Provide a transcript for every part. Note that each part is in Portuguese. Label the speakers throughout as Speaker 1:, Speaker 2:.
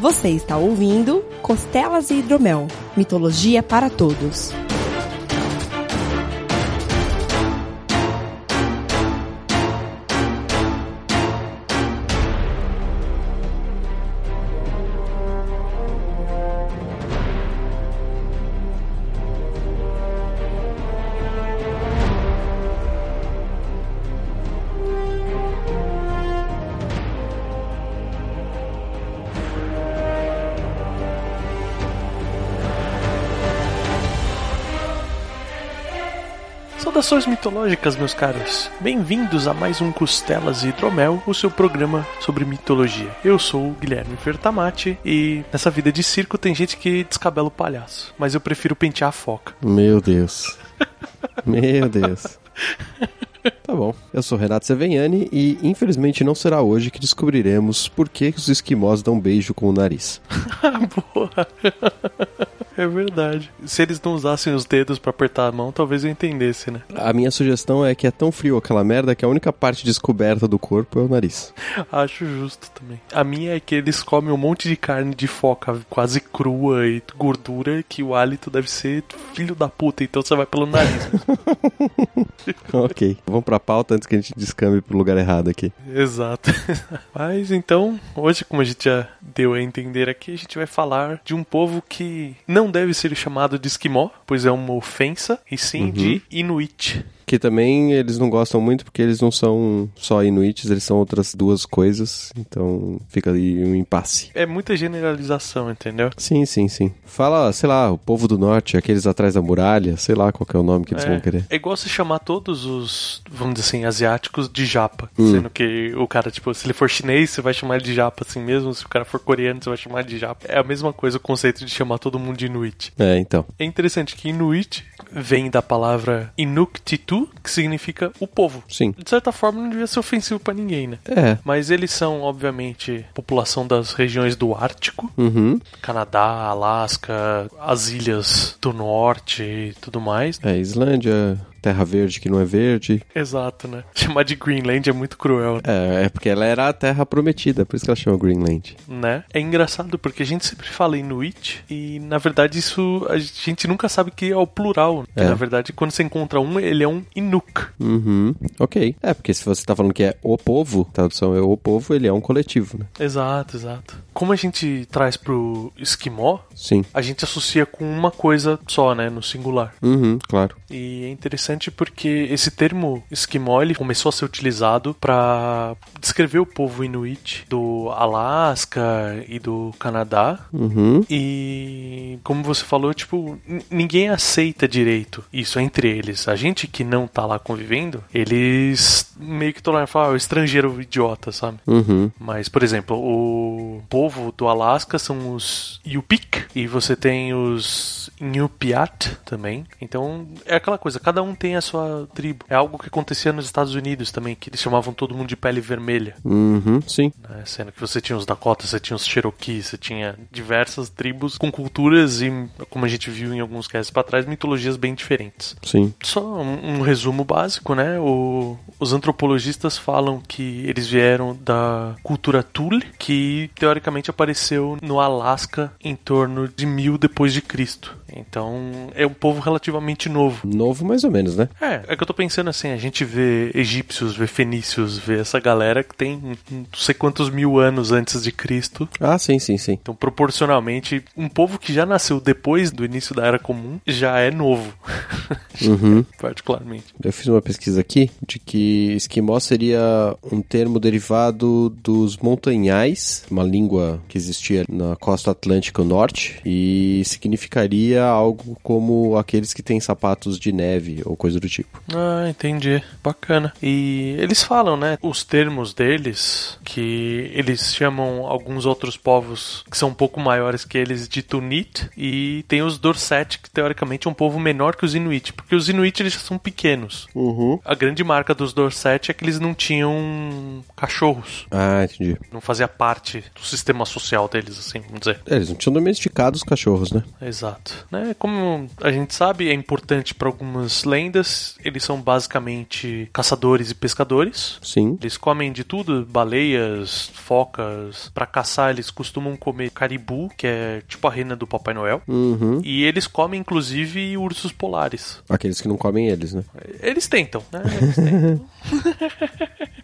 Speaker 1: Você está ouvindo Costelas e Hidromel Mitologia para Todos.
Speaker 2: Saudações mitológicas, meus caros. Bem-vindos a mais um Costelas e Hidromel, o seu programa sobre mitologia. Eu sou o Guilherme Fertamati e nessa vida de circo tem gente que descabela o palhaço, mas eu prefiro pentear a foca.
Speaker 3: Meu Deus. Meu Deus. Tá bom. Eu sou Renato Seveniani e infelizmente não será hoje que descobriremos por que que os esquimós dão beijo com o nariz.
Speaker 2: Ah, Boa. É verdade. Se eles não usassem os dedos pra apertar a mão, talvez eu entendesse, né?
Speaker 3: A minha sugestão é que é tão frio aquela merda que a única parte descoberta do corpo é o nariz.
Speaker 2: Acho justo também. A minha é que eles comem um monte de carne de foca quase crua e gordura que o hálito deve ser filho da puta, então você vai pelo nariz.
Speaker 3: ok. Vamos pra pauta antes que a gente descambe pro lugar errado aqui.
Speaker 2: Exato. Mas então, hoje, como a gente já deu a entender aqui, a gente vai falar de um povo que não deve ser chamado de esquimó, pois é uma ofensa, e sim
Speaker 3: Uhum.
Speaker 2: de inuit.
Speaker 3: Que também eles não gostam muito porque eles não são só inuites, eles são outras duas coisas. Então fica ali um impasse.
Speaker 2: É muita generalização, entendeu?
Speaker 3: Sim, sim, sim. Fala, sei lá, o povo do norte, aqueles atrás da muralha, sei lá qual que é o nome que eles vão querer.
Speaker 2: É igual se chamar todos os, vamos dizer assim, asiáticos de japa.
Speaker 3: Hum.
Speaker 2: Sendo que o cara, tipo, se ele for chinês, você vai chamar ele de japa assim mesmo. Se o cara for coreano, você vai chamar ele de japa. É a mesma coisa o conceito de chamar todo mundo de inuit.
Speaker 3: É, então.
Speaker 2: É interessante que inuit vem da palavra inuktitu, que significa o povo.
Speaker 3: Sim.
Speaker 2: De certa forma, não devia ser ofensivo pra ninguém, né?
Speaker 3: É.
Speaker 2: Mas eles são, obviamente, população das regiões do Ártico,
Speaker 3: Uhum.
Speaker 2: Canadá, Alasca, as ilhas do norte e tudo mais.
Speaker 3: É, Islândia, Terra Verde que não é verde.
Speaker 2: Exato, né? Chamar de Greenland é muito cruel,
Speaker 3: É, é porque ela era a terra prometida, por isso que ela chama Greenland.
Speaker 2: né? É engraçado porque a gente sempre fala Inuit e, na verdade, isso a gente nunca sabe que é o plural.
Speaker 3: É.
Speaker 2: Na verdade, quando você encontra um, ele é um Inuk.
Speaker 3: Uhum, ok. É, porque se você tá falando que é o povo, a tradução é o povo, ele é um coletivo, né?
Speaker 2: Exato, exato. Como a gente traz pro esquimó,
Speaker 3: Sim.
Speaker 2: a gente associa com uma coisa só, né? No singular.
Speaker 3: Uhum, claro.
Speaker 2: E é interessante porque esse termo esquimó ele começou a ser utilizado para descrever o povo inuit do Alasca e do Canadá.
Speaker 3: Uhum.
Speaker 2: E como você falou, tipo, n- ninguém aceita direito isso entre eles. A gente que não tá lá convivendo, eles meio que toleram, falam, ah, o estrangeiro idiota, sabe?
Speaker 3: Uhum.
Speaker 2: Mas, por exemplo, o povo do Alasca são os Yupik e você tem os Inupiat também. Então, é aquela coisa, cada um tem a sua tribo. É algo que acontecia nos Estados Unidos também, que eles chamavam todo mundo de pele vermelha.
Speaker 3: Uhum, sim.
Speaker 2: né? Sendo que você tinha os Dakota, você tinha os Cherokee, você tinha diversas tribos com culturas e, como a gente viu em alguns casos pra trás, mitologias bem diferentes.
Speaker 3: Sim.
Speaker 2: Só um, um resumo básico, né? O- os antropologistas falam que eles vieram da cultura Thule, que teoricamente apareceu no Alasca em torno de mil depois de Cristo. Então é um povo relativamente novo.
Speaker 3: Novo mais ou menos, né?
Speaker 2: É, é que eu tô pensando assim, a gente vê egípcios, vê fenícios, vê essa galera que tem um não sei quantos mil anos antes de Cristo.
Speaker 3: Ah, sim, sim, sim.
Speaker 2: Então, proporcionalmente, um povo que já nasceu depois do início da Era Comum já é novo.
Speaker 3: Uhum.
Speaker 2: Particularmente.
Speaker 3: Eu fiz uma pesquisa aqui de que esquimó seria um termo derivado dos montanhais, uma língua que existia na costa atlântica norte, e significaria algo como aqueles que têm sapatos de neve ou coisa do tipo.
Speaker 2: Ah, entendi. Bacana. E eles falam, né? Os termos deles, que eles chamam alguns outros povos que são um pouco maiores que eles de Tunit, e tem os Dorset, que teoricamente é um povo menor que os Inuit, porque os Inuit eles já são pequenos.
Speaker 3: Uhum.
Speaker 2: A grande marca dos Dorset é que eles não tinham cachorros,
Speaker 3: Ah, entendi.
Speaker 2: não fazia parte do sistema social deles, assim, vamos dizer.
Speaker 3: É, eles não tinham domesticado os cachorros, né?
Speaker 2: Exato. Né, Como a gente sabe, é importante para algumas lendas. Eles são basicamente caçadores e pescadores.
Speaker 3: Sim.
Speaker 2: Eles comem de tudo, baleias, focas. Para caçar, eles costumam comer caribu, que é tipo a rena do Papai Noel.
Speaker 3: Uhum.
Speaker 2: E eles comem, inclusive, ursos polares.
Speaker 3: Aqueles que não comem eles, né?
Speaker 2: Eles tentam, né? Eles tentam.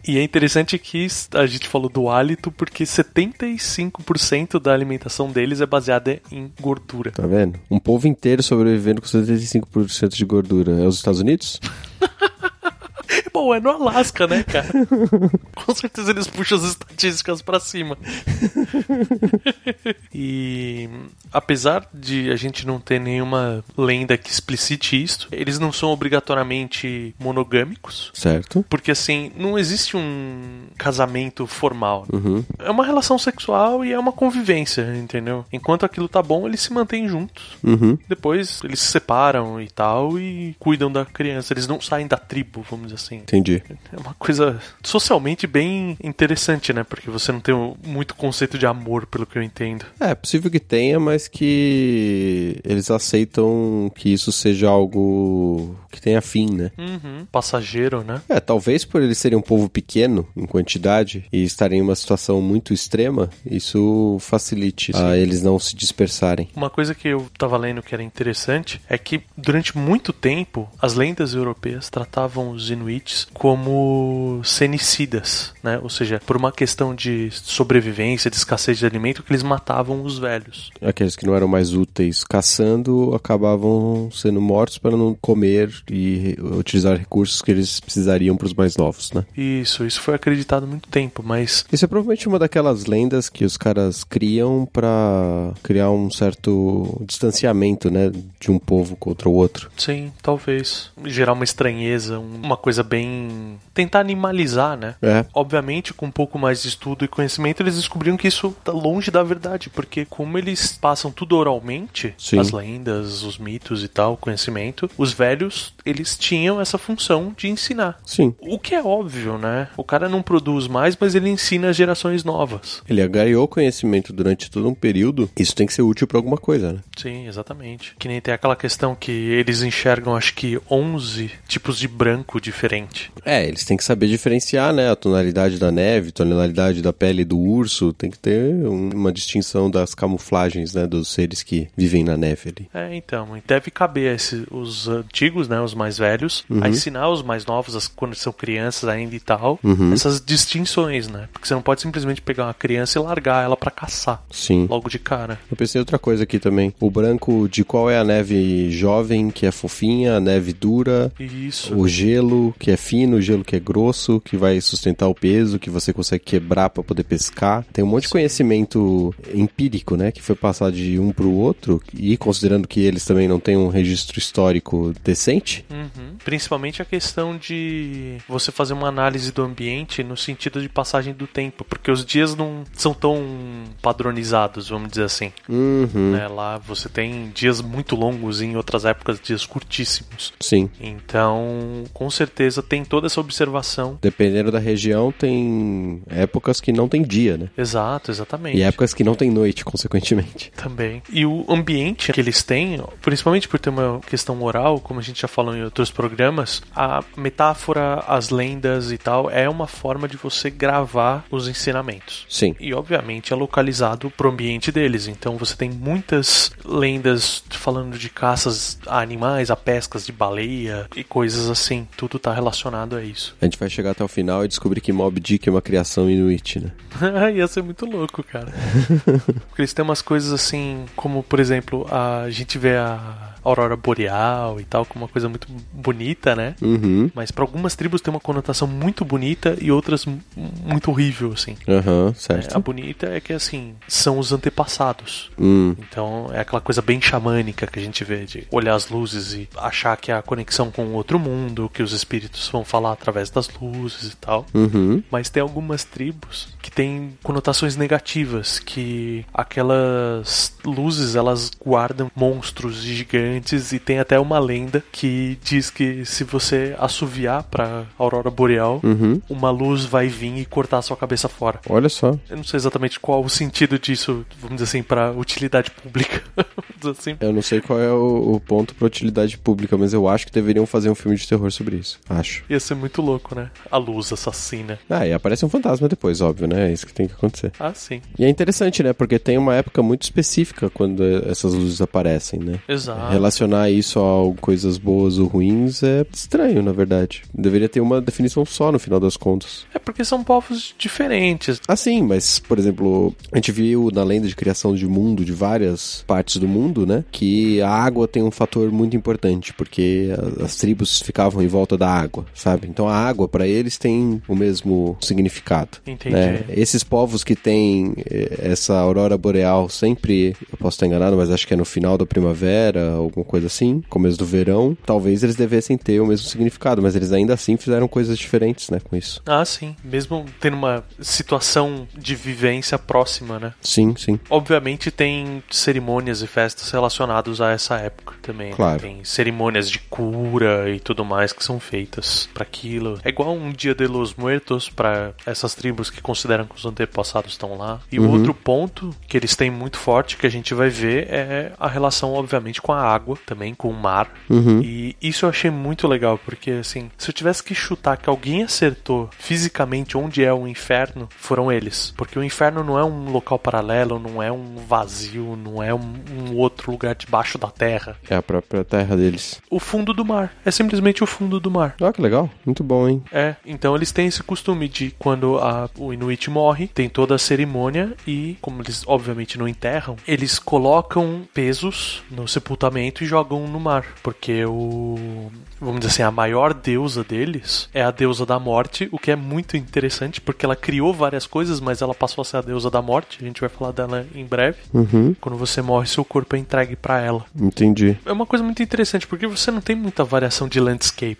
Speaker 2: e é interessante que a gente falou do hálito, porque 75% da alimentação deles é baseada em gordura.
Speaker 3: Tá vendo? Um povo inteiro sobrevivendo com 75% de gordura. É os Estados Unidos?
Speaker 2: Bom, é no Alasca, né, cara? Com certeza eles puxam as estatísticas pra cima. e apesar de a gente não ter nenhuma lenda que explicite isso, eles não são obrigatoriamente monogâmicos.
Speaker 3: Certo.
Speaker 2: Porque assim, não existe um casamento formal.
Speaker 3: Uhum.
Speaker 2: É uma relação sexual e é uma convivência, entendeu? Enquanto aquilo tá bom, eles se mantêm juntos.
Speaker 3: Uhum.
Speaker 2: Depois eles se separam e tal e cuidam da criança. Eles não saem da tribo, vamos dizer assim.
Speaker 3: Entendi.
Speaker 2: É uma coisa socialmente bem interessante, né? Porque você não tem o- muito conceito de amor, pelo que eu entendo.
Speaker 3: É, possível que tenha, mas que eles aceitam que isso seja algo que tenha fim, né?
Speaker 2: Passageiro, né?
Speaker 3: É, talvez por eles serem um povo pequeno em quantidade e estarem em uma situação muito extrema, isso facilite a eles não se dispersarem.
Speaker 2: Uma coisa que eu tava lendo que era interessante é que durante muito tempo as lendas europeias tratavam os inuits como cenicidas, né? Ou seja, por uma questão de sobrevivência, de escassez de alimento, que eles matavam os velhos.
Speaker 3: Aqueles que não eram mais úteis caçando acabavam sendo mortos para não comer e re- utilizar recursos que eles precisariam para os mais novos, né?
Speaker 2: Isso, isso foi acreditado há muito tempo, mas
Speaker 3: Isso é provavelmente uma daquelas lendas que os caras criam pra criar um certo distanciamento, né, de um povo contra o outro.
Speaker 2: Sim, talvez. Gerar uma estranheza, um- uma coisa bem. Tentar animalizar, né?
Speaker 3: É.
Speaker 2: Obviamente, com um pouco mais de estudo e conhecimento, eles descobriram que isso tá longe da verdade, porque como eles passam tudo oralmente,
Speaker 3: Sim.
Speaker 2: as lendas, os mitos e tal, o conhecimento, os velhos, eles tinham essa função de ensinar.
Speaker 3: Sim.
Speaker 2: O que é óbvio, né? O cara não produz mais, mas ele ensina as gerações novas.
Speaker 3: Ele agariou conhecimento durante todo um período. Isso tem que ser útil pra alguma coisa, né?
Speaker 2: Sim, exatamente. Que nem tem aquela questão que eles enxergam, acho que, 11 tipos de branco diferente.
Speaker 3: É, eles têm que saber diferenciar, né? A tonalidade da neve, tonalidade da pele do urso. Tem que ter um- uma distinção das camuflagens, né? Dos seres que vivem na neve ali.
Speaker 2: É, então, e deve caber a esse- os antigos, né, os mais velhos, a ensinar os mais novos, as- quando são crianças ainda e tal, essas distinções, né? Porque você não pode simplesmente pegar uma criança e largar ela pra caçar
Speaker 3: Sim.
Speaker 2: logo de cara.
Speaker 3: Eu pensei em outra coisa aqui também. O branco de qual é a neve jovem, que é fofinha, a neve dura.
Speaker 2: E Isso.
Speaker 3: O gelo que é fino, o gelo que é grosso, que vai sustentar o peso, que você consegue quebrar pra poder pescar. Tem um monte de conhecimento empírico, né, que foi passado de um pro outro e considerando que eles também não têm um registro histórico decente.
Speaker 2: Uhum. Principalmente a questão de você fazer uma análise do ambiente no sentido de passagem do tempo, porque os dias não são tão padronizados, vamos dizer assim.
Speaker 3: Uhum.
Speaker 2: né? Lá você tem dias muito longos e em outras épocas dias curtíssimos.
Speaker 3: Sim.
Speaker 2: Então, com certeza tem toda essa observação.
Speaker 3: Dependendo da região, tem épocas que não tem dia, né?
Speaker 2: Exato, exatamente.
Speaker 3: E é épocas que não tem noite, consequentemente.
Speaker 2: Também. E o ambiente que eles têm, principalmente por ter uma questão oral, como a gente já falou em outros programas, a metáfora, as lendas e tal, é uma forma de você gravar os ensinamentos.
Speaker 3: Sim.
Speaker 2: E obviamente é localizado pro ambiente deles. Então você tem muitas lendas falando de caças a animais, a pescas de baleia e coisas assim. Tudo tá relacionado a isso.
Speaker 3: A gente vai chegar até o final e descobrir que Mob Dick é uma criação inuit, né?
Speaker 2: Ia ser muito louco, cara. Porque eles têm umas coisas assim, como por exemplo, a gente vê a aurora boreal e tal, como uma coisa muito bonita, né?
Speaker 3: Uhum.
Speaker 2: Mas pra algumas tribos tem uma conotação muito bonita e outras mu- muito horrível, assim.
Speaker 3: Aham,
Speaker 2: É, a
Speaker 3: certo.
Speaker 2: bonita é que assim, são os antepassados.
Speaker 3: Hum.
Speaker 2: Então é aquela coisa bem xamânica que a gente vê de olhar as luzes e achar que é a conexão com o outro mundo, que os espíritos vão falar através das luzes e tal.
Speaker 3: Uhum.
Speaker 2: Mas tem algumas tribos que têm conotações negativas, que aquelas luzes elas guardam monstros e antes e tem até uma lenda que diz que se você assoviar pra aurora boreal,
Speaker 3: Uhum.
Speaker 2: uma luz vai vir e cortar a sua cabeça fora.
Speaker 3: Olha só.
Speaker 2: Eu não sei exatamente qual o sentido disso, vamos dizer assim, pra utilidade pública. Vamos dizer assim.
Speaker 3: Eu não sei qual é o, o ponto pra utilidade pública, mas eu acho que deveriam fazer um filme de terror sobre isso. Acho.
Speaker 2: Ia ser muito louco, né? A luz assassina.
Speaker 3: Ah, e aparece um fantasma depois, óbvio, né? É isso que tem que acontecer.
Speaker 2: Ah, sim.
Speaker 3: E é interessante, né? Porque tem uma época muito específica quando essas luzes aparecem, né?
Speaker 2: Exato.
Speaker 3: Relacionar isso a coisas boas ou ruins é estranho, na verdade. Deveria ter uma definição só no final das contas.
Speaker 2: É porque são povos diferentes.
Speaker 3: Assim, mas, por exemplo, a gente viu na lenda de criação de mundo, de várias partes do mundo, né? Que a água tem um fator muito importante, porque a- as tribos ficavam em volta da água, sabe? Então a água, pra eles, tem o mesmo significado.
Speaker 2: Entendi.
Speaker 3: né? Esses povos que têm eh, essa aurora boreal sempre, eu posso estar enganado, mas acho que é no final da primavera, alguma coisa assim, começo do verão, talvez eles devessem ter o mesmo significado, mas eles ainda assim fizeram coisas diferentes, né, com isso.
Speaker 2: Ah, sim. Mesmo tendo uma situação de vivência próxima, né?
Speaker 3: Sim, sim.
Speaker 2: Obviamente tem cerimônias e festas relacionadas a essa época também. né?
Speaker 3: Claro.
Speaker 2: Tem cerimônias de cura e tudo mais que são feitas pra aquilo. É igual um Dia de los Muertos pra essas tribos que consideram que os antepassados estão lá. E o outro ponto que eles têm muito forte que a gente vai ver é a relação, obviamente, com a água também, com o mar. E isso eu achei muito legal, porque assim, se eu tivesse que chutar que alguém acertou fisicamente onde é o inferno, foram eles. Porque o inferno não é um local paralelo, não é um vazio, não é um, um outro lugar debaixo da terra.
Speaker 3: É a própria terra deles.
Speaker 2: O fundo do mar. É simplesmente o fundo do mar.
Speaker 3: Ah, que legal. Muito bom, hein?
Speaker 2: É, então eles têm esse costume de quando a- o Inuit morre, tem toda a cerimônia e, como eles obviamente não enterram, eles colocam pesos no sepultamento e jogam no mar. Porque o. Vamos dizer assim, a maior deusa deles é a deusa da morte, o que é muito interessante porque ela criou várias coisas, mas ela passou a ser a deusa da morte. A gente vai falar dela em breve.
Speaker 3: Uhum.
Speaker 2: Quando você morre, seu corpo é entregue pra ela.
Speaker 3: Entendi.
Speaker 2: É uma coisa muito interessante porque você não tem muita variação de landscape.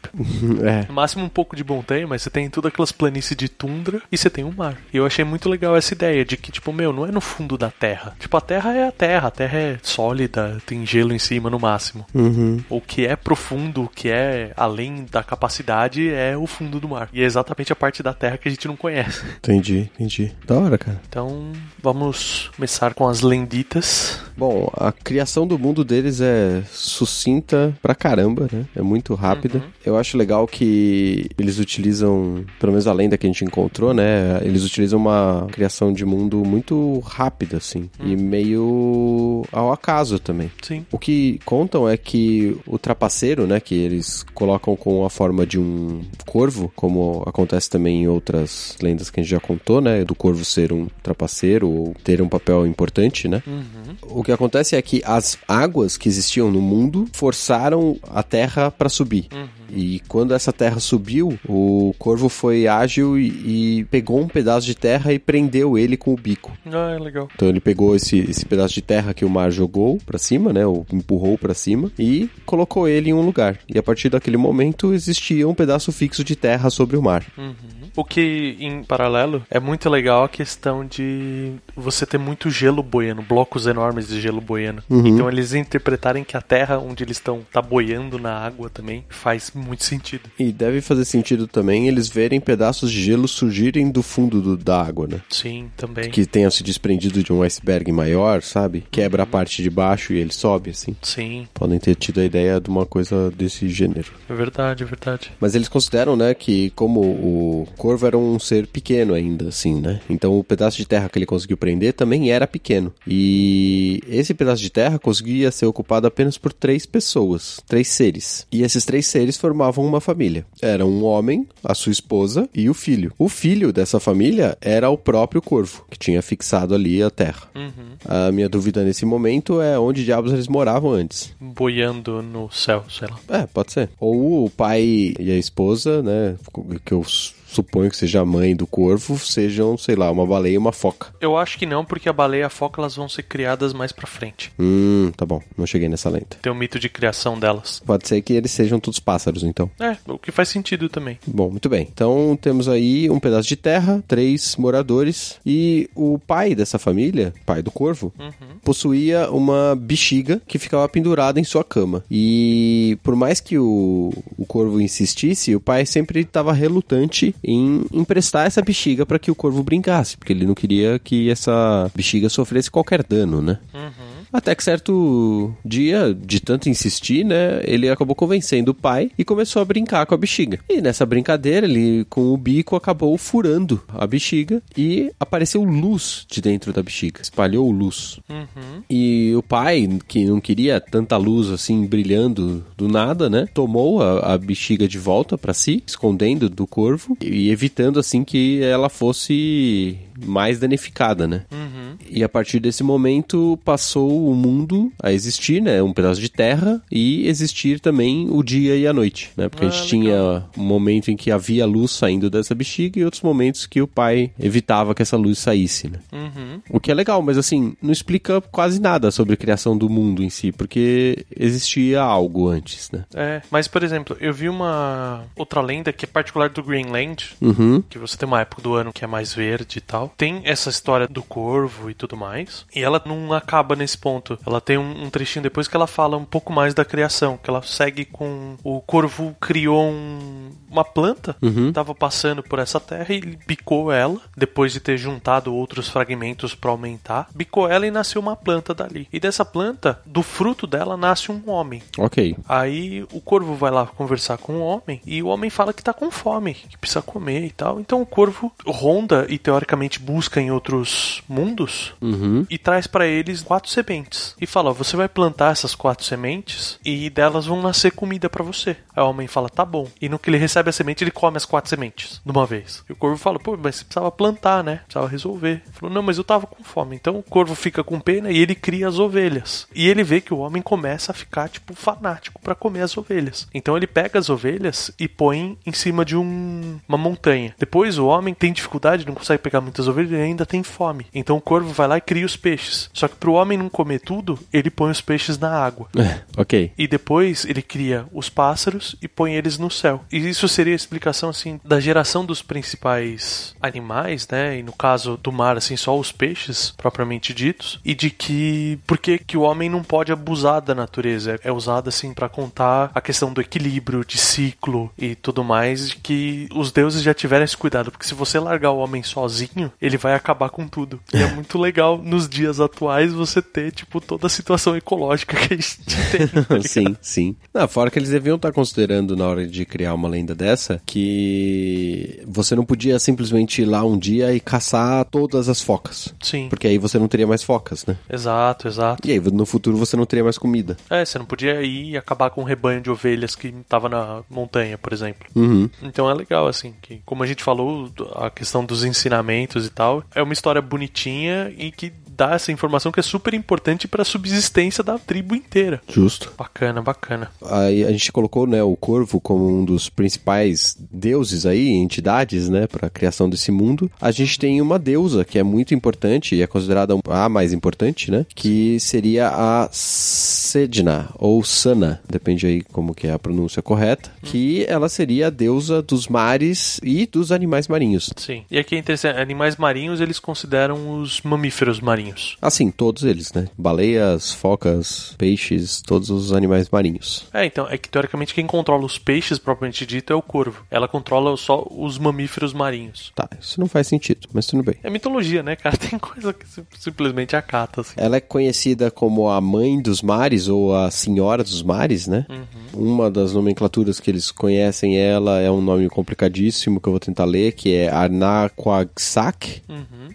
Speaker 3: é.
Speaker 2: No máximo um pouco de montanha, mas você tem todas aquelas planícies de tundra e você tem o mar. E eu achei muito legal essa ideia de que, tipo, meu, não é no fundo da terra. Tipo, a terra é a terra, a terra é sólida, tem gelo em cima no máximo.
Speaker 3: Uhum.
Speaker 2: O que é profundo, o que é além da capacidade é o fundo do mar. E é exatamente a parte da terra que a gente não conhece.
Speaker 3: Entendi, entendi. Da hora, cara.
Speaker 2: Então, vamos começar com as lenditas.
Speaker 3: Bom, a criação do mundo deles é sucinta pra caramba, né? É muito rápida. Eu acho legal que eles utilizam, pelo menos a lenda que a gente encontrou, né? Eles utilizam uma criação de mundo muito rápida, assim. E meio ao acaso também.
Speaker 2: Sim.
Speaker 3: O que contam é que o trapaceiro, né, que eles colocam com a forma de um corvo, como acontece também em outras lendas que a gente já contou, né, do corvo ser um trapaceiro ou ter um papel importante, né?
Speaker 2: Uhum.
Speaker 3: O que acontece é que as águas que existiam no mundo forçaram a terra para subir. E quando essa terra subiu, o corvo foi ágil e, e pegou um pedaço de terra e prendeu ele com o bico.
Speaker 2: Ah, é legal.
Speaker 3: Então ele pegou esse, esse pedaço de terra que o mar jogou pra cima, né? Ou empurrou pra cima e colocou ele em um lugar. E a partir daquele momento existia um pedaço fixo de terra sobre o mar.
Speaker 2: O que, em paralelo, é muito legal a questão de você ter muito gelo boiando, blocos enormes de gelo boiando. Então eles interpretarem que a terra onde eles estão tá boiando na água também faz muito sentido.
Speaker 3: E deve fazer sentido também eles verem pedaços de gelo surgirem do fundo do- da água, né?
Speaker 2: Sim, também.
Speaker 3: Que tenham se desprendido de um iceberg maior, sabe? Quebra a parte de baixo e ele sobe, assim.
Speaker 2: Sim,
Speaker 3: Podem ter tido a ideia de uma coisa desse gênero.
Speaker 2: é verdade, é verdade.
Speaker 3: Mas eles consideram, né, que como o corvo era um ser pequeno ainda, assim, né? Então o pedaço de terra que ele conseguiu prender também era pequeno. E esse pedaço de terra conseguia ser ocupado apenas por três pessoas, três seres. E esses três seres formavam uma família. Era um homem, a sua esposa e o filho. O filho dessa família era o próprio corvo, que tinha fixado ali a terra.
Speaker 2: Uhum.
Speaker 3: A minha dúvida nesse momento é onde diabos eles moravam antes.
Speaker 2: Boiando no céu, sei lá.
Speaker 3: É, pode ser. Ou o pai e a esposa, né? Que eu s- suponho que seja a mãe do corvo, sejam, sei lá, uma baleia e uma foca.
Speaker 2: Eu acho que não, porque a baleia e a foca elas vão ser criadas mais pra frente.
Speaker 3: Hum, tá bom, não cheguei nessa lenta.
Speaker 2: Tem o mito de criação delas.
Speaker 3: Pode ser que eles sejam todos pássaros, então.
Speaker 2: É, o que faz sentido também.
Speaker 3: Bom, muito bem. Então temos aí um pedaço de terra, três moradores e o pai dessa família, pai do corvo, possuía uma bexiga que ficava pendurada em sua cama. E por mais que o, o corvo insistisse, o pai sempre estava relutante em emprestar essa bexiga para que o corvo brincasse, porque ele não queria que essa bexiga sofresse qualquer dano, né? Até que certo dia, de tanto insistir, né, ele acabou convencendo o pai e começou a brincar com a bexiga. E nessa brincadeira, ele com o bico acabou furando a bexiga e apareceu luz de dentro da bexiga, espalhou luz. E o pai, que não queria tanta luz assim brilhando do nada, né, tomou a, a bexiga de volta para si, escondendo do corvo e evitando assim que ela fosse mais danificada, né? E a partir desse momento passou o mundo a existir, né? Um pedaço de terra e existir também o dia e a noite, né? Porque a gente tinha um momento em que havia luz saindo dessa bexiga e outros momentos que o pai evitava que essa luz saísse, né?
Speaker 2: Uhum.
Speaker 3: O que é legal, mas assim, não explica quase nada sobre a criação do mundo em si, porque existia algo antes, né?
Speaker 2: É, mas por exemplo, eu vi uma outra lenda que é particular do Greenland,
Speaker 3: Uhum.
Speaker 2: que você tem uma época do ano que é mais verde e tal. Tem essa história do corvo e tudo mais. E ela não acaba nesse ponto. Ela tem um, um trechinho depois que ela fala um pouco mais da criação, que ela segue com o corvo criou um- uma planta, tava passando por essa terra e ele bicou ela, depois de ter juntado outros fragmentos para aumentar, bicou ela e nasceu uma planta dali. E dessa planta, do fruto dela nasce um homem.
Speaker 3: Ok.
Speaker 2: Aí o corvo vai lá conversar com o homem e o homem fala que tá com fome, que precisa comer e tal. Então o corvo ronda e teoricamente busca em outros mundos e traz pra eles quatro sementes e fala: ó, "Você vai plantar essas quatro sementes e delas vão nascer comida pra você". Aí o homem fala: "Tá bom". E no que ele recebe a semente, ele come as quatro sementes de uma vez. E o corvo fala: "Pô, mas você precisava plantar, né? Precisava resolver". Ele falou: "Não, mas eu tava com fome". Então o corvo fica com pena e ele cria as ovelhas. E ele vê que o homem começa a ficar tipo fanático pra comer as ovelhas. Então ele pega as ovelhas e põe em cima de um- uma montanha. Depois o homem tem dificuldade, não consegue pegar muitas ovelhas e ainda tem fome. Então o corvo vai lá e cria os peixes. Só que pro homem não comer tudo, ele põe os peixes na água.
Speaker 3: É, ok.
Speaker 2: E depois ele cria os pássaros e põe eles no céu. E isso seria a explicação assim da geração dos principais animais, né? E no caso do mar, assim, só os peixes propriamente ditos. E de que por que que o homem não pode abusar da natureza? É usado assim para contar a questão do equilíbrio, de ciclo e tudo mais, de que os deuses já tiveram esse cuidado, porque se você largar o homem sozinho, ele vai acabar com tudo. E é muito legal nos dias atuais você ter tipo toda a situação ecológica que a gente tem. tá ligado?
Speaker 3: sim, sim. Na fora que eles deviam estar considerando na hora de criar uma lenda dessa que você não podia simplesmente ir lá um dia e caçar todas as focas.
Speaker 2: Sim,
Speaker 3: Porque aí você não teria mais focas, né?
Speaker 2: exato, exato.
Speaker 3: E aí no futuro você não teria mais comida.
Speaker 2: É, você não podia ir e acabar com um rebanho de ovelhas que tava na montanha, por exemplo.
Speaker 3: Uhum.
Speaker 2: Então é legal, assim, que como a gente falou, a questão dos ensinamentos e tal, é uma história bonitinha e que dá essa informação que é super importante pra subsistência da tribo inteira.
Speaker 3: Justo.
Speaker 2: Bacana, bacana.
Speaker 3: Aí a gente colocou, né, o corvo como um dos principais deuses aí, entidades, né, para a criação desse mundo. A gente tem uma deusa que é muito importante e é considerada um- a mais importante, né, que seria a Sedna ou Sana, depende aí como que é a pronúncia correta, que ela seria a deusa dos mares e dos animais marinhos.
Speaker 2: Sim. E aqui é interessante, animais marinhos eles consideram os mamíferos marinhos.
Speaker 3: Assim, todos eles, né? Baleias, focas, peixes, todos os animais marinhos.
Speaker 2: É, então, é que teoricamente quem controla os peixes propriamente dito é o corvo. Ela controla só os mamíferos marinhos.
Speaker 3: Tá, isso não faz sentido, mas tudo bem.
Speaker 2: É mitologia, né, cara? Tem coisa que sim- simplesmente acata, assim.
Speaker 3: Ela é conhecida como a Mãe dos Mares ou a Senhora dos Mares, né? Uma das nomenclaturas que eles conhecem ela é um nome complicadíssimo que eu vou tentar ler, que é Arnaquagsak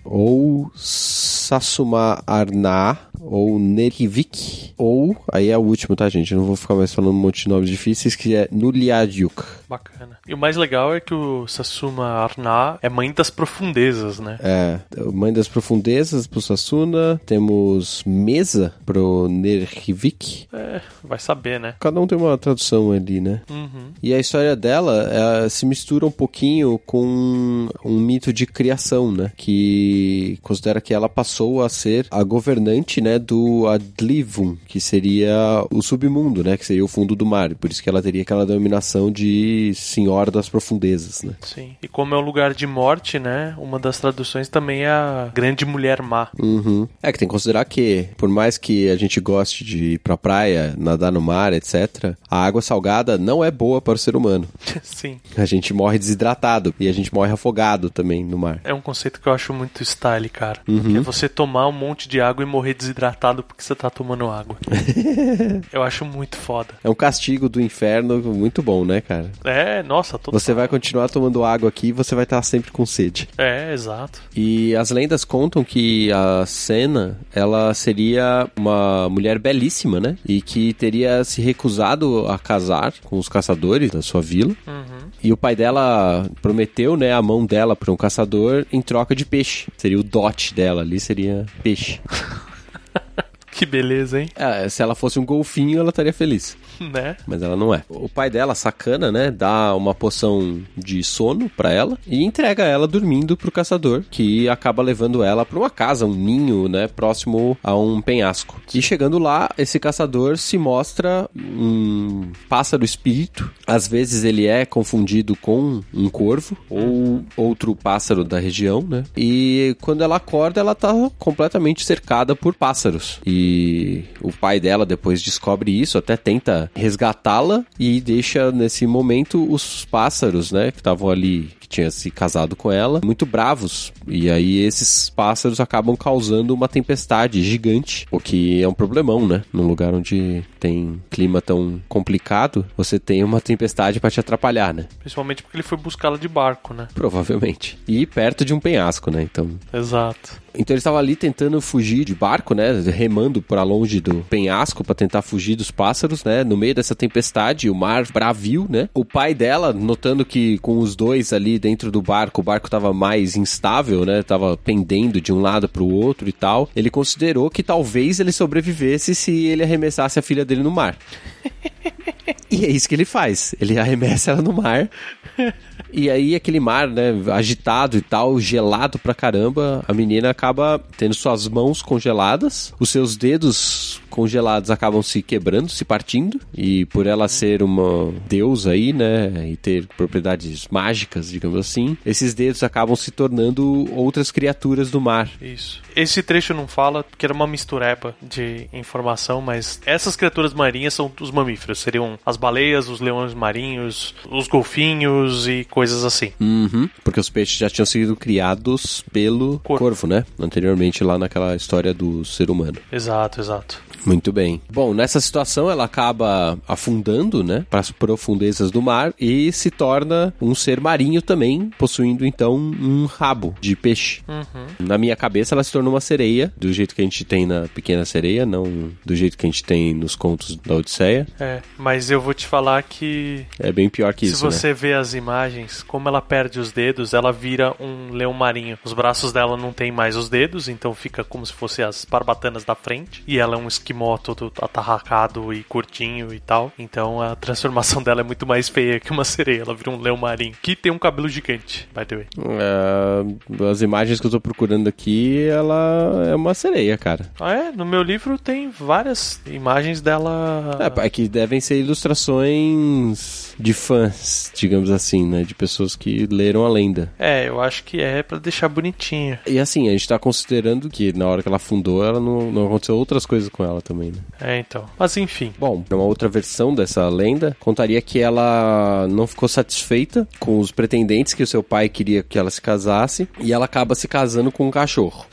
Speaker 3: ou Sassuma Arna ou Nerivik, ou, aí é o último, tá, gente? Eu não vou ficar mais falando um monte de nomes difíceis, que é Nuliadyuk.
Speaker 2: Bacana. E o mais legal é que o Sassuma Arná é mãe das profundezas, né?
Speaker 3: É, Mãe das Profundezas pro Sassuna, temos Mesa pro Nerivik.
Speaker 2: É, vai saber, né?
Speaker 3: Cada um tem uma tradução ali, né?
Speaker 2: Uhum.
Speaker 3: E a história dela eh, se mistura um pouquinho com um mito de criação, né? Que considera que ela passou a ser a governante, né, do Adlivum, que seria o submundo, né? Que seria o fundo do mar. Por isso que ela teria aquela denominação de Senhora das Profundezas, né?
Speaker 2: Sim. E como é um lugar de morte, né? Uma das traduções também é a grande mulher má.
Speaker 3: Uhum. É que tem que considerar que, por mais que a gente goste de ir pra praia, nadar no mar, etc., a água salgada não é boa para o ser humano.
Speaker 2: Sim.
Speaker 3: A gente morre desidratado e a gente morre afogado também no mar.
Speaker 2: É um conceito que eu acho muito style, cara.
Speaker 3: Uhum.
Speaker 2: Que é você tomar um monte de água e morrer desidratado porque você tá tomando água. eu acho muito foda.
Speaker 3: É um castigo do inferno muito bom, né, cara?
Speaker 2: É, nossa, todo
Speaker 3: Você vai continuar tomando água aqui e você vai estar sempre com sede.
Speaker 2: É, exato.
Speaker 3: E as lendas contam que a Senna, ela seria uma mulher belíssima, né? E que teria se recusado a casar com os caçadores da sua vila. E o pai dela prometeu, né, a mão dela para um caçador em troca de peixe. Seria o dote dela ali, seria peixe.
Speaker 2: Que beleza, hein?
Speaker 3: É, se ela fosse um golfinho, ela estaria feliz.
Speaker 2: Né?
Speaker 3: Mas ela não é. O pai dela, sacana, né? Dá uma poção de sono pra ela e entrega ela dormindo pro caçador, que acaba levando ela pra uma casa, um ninho, né? Próximo a um penhasco. E chegando lá, esse caçador se mostra um pássaro espírito. Às vezes ele é confundido com um corvo ou outro pássaro da região, né? E quando ela acorda, ela tá completamente cercada por pássaros. E o pai dela depois descobre isso, até tenta resgatá-la e deixa nesse momento os pássaros, né, que estavam ali, que tinha se casado com ela, muito bravos. E aí esses pássaros acabam causando uma tempestade gigante, o que é um problemão, né? Num lugar onde tem clima tão complicado, você tem uma tempestade pra te atrapalhar, né?
Speaker 2: Principalmente porque ele foi buscá-la de barco, né?
Speaker 3: Provavelmente. E perto de um penhasco, né? Então
Speaker 2: Exato.
Speaker 3: então ele estava ali tentando fugir de barco, né? Remando para longe do penhasco para tentar fugir dos pássaros, né? No meio dessa tempestade, o mar bravio, né? O pai dela, notando que com os dois ali dentro do barco, o barco estava mais instável, né? Tava pendendo de um lado para o outro e tal. Ele considerou que talvez ele sobrevivesse se ele arremessasse a filha dele no mar. E é isso que ele faz. Ele arremessa ela no mar. E aí, aquele mar, né, agitado e tal, gelado pra caramba, a menina acaba tendo suas mãos congeladas, os seus dedos congelados acabam se quebrando, se partindo, e por ela ser uma deusa aí, né, e ter propriedades mágicas, digamos assim, esses dedos acabam se tornando outras criaturas do mar.
Speaker 2: Isso. Esse trecho não fala, porque era uma mistureba de informação, mas essas criaturas marinhas são os mamíferos. Seriam as baleias, os leões marinhos, os golfinhos e coisas assim.
Speaker 3: Uhum, porque os peixes já tinham sido criados pelo
Speaker 2: Corvo.
Speaker 3: corvo, né? Anteriormente lá naquela história do ser humano.
Speaker 2: Exato, exato.
Speaker 3: Muito bem. Bom, nessa situação ela acaba afundando, né, para as profundezas do mar e se torna um ser marinho também, possuindo então um rabo de peixe.
Speaker 2: Uhum.
Speaker 3: Na minha cabeça ela se tornou uma sereia, do jeito que a gente tem na Pequena Sereia, não do jeito que a gente tem nos contos da Odisseia.
Speaker 2: É, mas eu vou te falar que
Speaker 3: É bem pior que
Speaker 2: se
Speaker 3: isso, né?
Speaker 2: você vê as imagens, como ela perde os dedos, ela vira um leão marinho. Os braços dela não tem mais os dedos, então fica como se fosse as barbatanas da frente. E ela é um esquimó todo atarracado e curtinho e tal. Então a transformação dela é muito mais feia que uma sereia. Ela vira um leão marinho, que tem um cabelo gigante, by the way.
Speaker 3: Ah, as imagens que eu tô procurando aqui, ela é uma sereia, cara.
Speaker 2: Ah, é? No meu livro tem várias imagens dela.
Speaker 3: É, é que devem ser ilustrações de fãs, digamos assim, né? De pessoas que leram a lenda.
Speaker 2: É, eu acho que é pra deixar bonitinho.
Speaker 3: E assim, a gente tá considerando que na hora que ela fundou, ela não, não aconteceu outras coisas com ela também, né?
Speaker 2: É, então. Mas enfim.
Speaker 3: Bom, uma outra versão dessa lenda contaria que ela não ficou satisfeita com os pretendentes que o seu pai queria que ela se casasse e ela acaba se casando com um cachorro.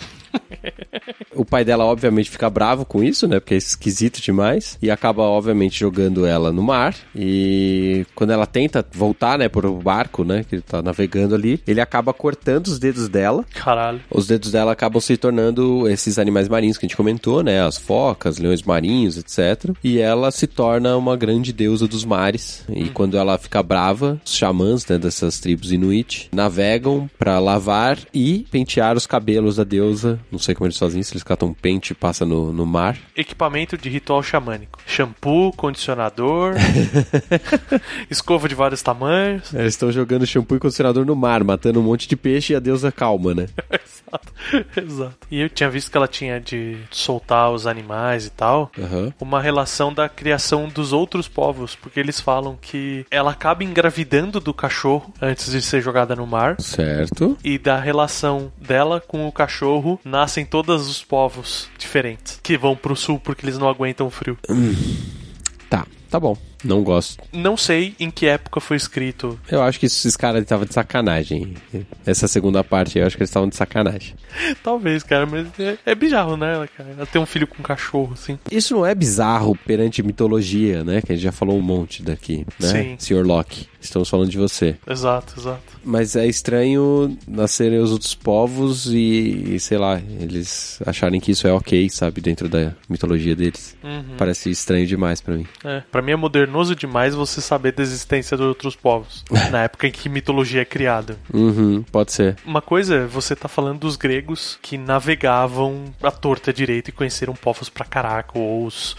Speaker 3: O pai dela, obviamente, fica bravo com isso, né? Porque é esquisito demais. E acaba, obviamente, jogando ela no mar. E quando ela tenta voltar, né, pro barco, né? Que ele tá navegando ali, ele acaba cortando os dedos dela.
Speaker 2: Caralho.
Speaker 3: Os dedos dela acabam se tornando esses animais marinhos que a gente comentou, né? As focas, leões marinhos, etc. E ela se torna uma grande deusa dos mares. E quando ela fica brava, os xamãs né, dessas tribos inuit navegam pra lavar e pentear os cabelos da deusa. Não sei como eles fazem isso, eles catam um pente e passa no, no mar.
Speaker 2: Equipamento de ritual xamânico: shampoo, condicionador, escova de vários tamanhos.
Speaker 3: Eles estão jogando shampoo e condicionador no mar, matando um monte de peixe e a deusa calma, né?
Speaker 2: Exato. Exato. E eu tinha visto que ela tinha de soltar os animais e tal.
Speaker 3: Aham.
Speaker 2: Uma relação da criação dos outros povos, porque eles falam que ela acaba engravidando do cachorro antes de ser jogada no mar.
Speaker 3: Certo.
Speaker 2: E da relação dela com o cachorro nascem todos os povos diferentes que vão pro sul porque eles não aguentam o frio.
Speaker 3: Tá, tá bom. Não gosto.
Speaker 2: Não sei em que época foi escrito.
Speaker 3: Eu acho que esses caras estavam de sacanagem. Essa segunda parte aí, eu acho que eles estavam de sacanagem.
Speaker 2: Talvez, cara, mas é, é bizarro, né, cara? Ela tem um filho com um cachorro, assim.
Speaker 3: Isso não é bizarro perante mitologia, né? Que a gente já falou um monte daqui, né?
Speaker 2: Sim.
Speaker 3: Sr. Locke, estamos falando de você.
Speaker 2: Exato, exato.
Speaker 3: Mas é estranho nascerem os outros povos e, e, sei lá, eles acharem que isso é ok, sabe? Dentro da mitologia deles. Parece estranho demais pra mim.
Speaker 2: Uhum, É. Pra mim é modernoso demais você saber da existência de outros povos. na época em que mitologia é criada.
Speaker 3: Uhum, pode ser.
Speaker 2: Uma coisa, é você tá falando dos gregos que navegavam à torta direita e conheceram povos pra caraca, ou os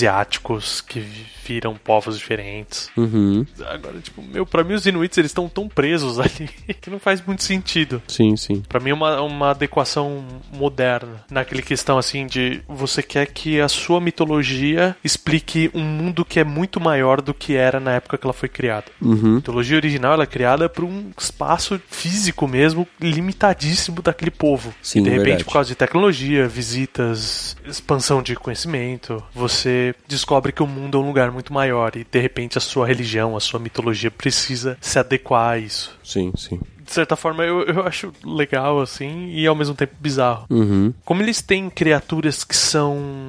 Speaker 2: asiáticos que vi- viram povos diferentes.
Speaker 3: Uhum,
Speaker 2: Agora, tipo, meu, pra mim os inuits eles estão tão presos ali que não faz muito sentido.
Speaker 3: sim, sim.
Speaker 2: Pra mim é uma, uma adequação moderna, naquele questão assim de você quer que a sua mitologia explique um mundo que é muito maior do que era na época que ela foi criada. A
Speaker 3: Uhum,
Speaker 2: mitologia original ela é criada por um espaço físico mesmo limitadíssimo daquele povo.
Speaker 3: Sim,
Speaker 2: e de repente,
Speaker 3: verdade.
Speaker 2: por causa de tecnologia, visitas, expansão de conhecimento, você descobre que o mundo é um lugar muito maior e de repente a sua religião, a sua mitologia precisa se adequar a isso
Speaker 3: sim, sim.
Speaker 2: de certa forma, eu, eu acho legal, assim, e ao mesmo tempo bizarro.
Speaker 3: Uhum,
Speaker 2: Como eles têm criaturas que são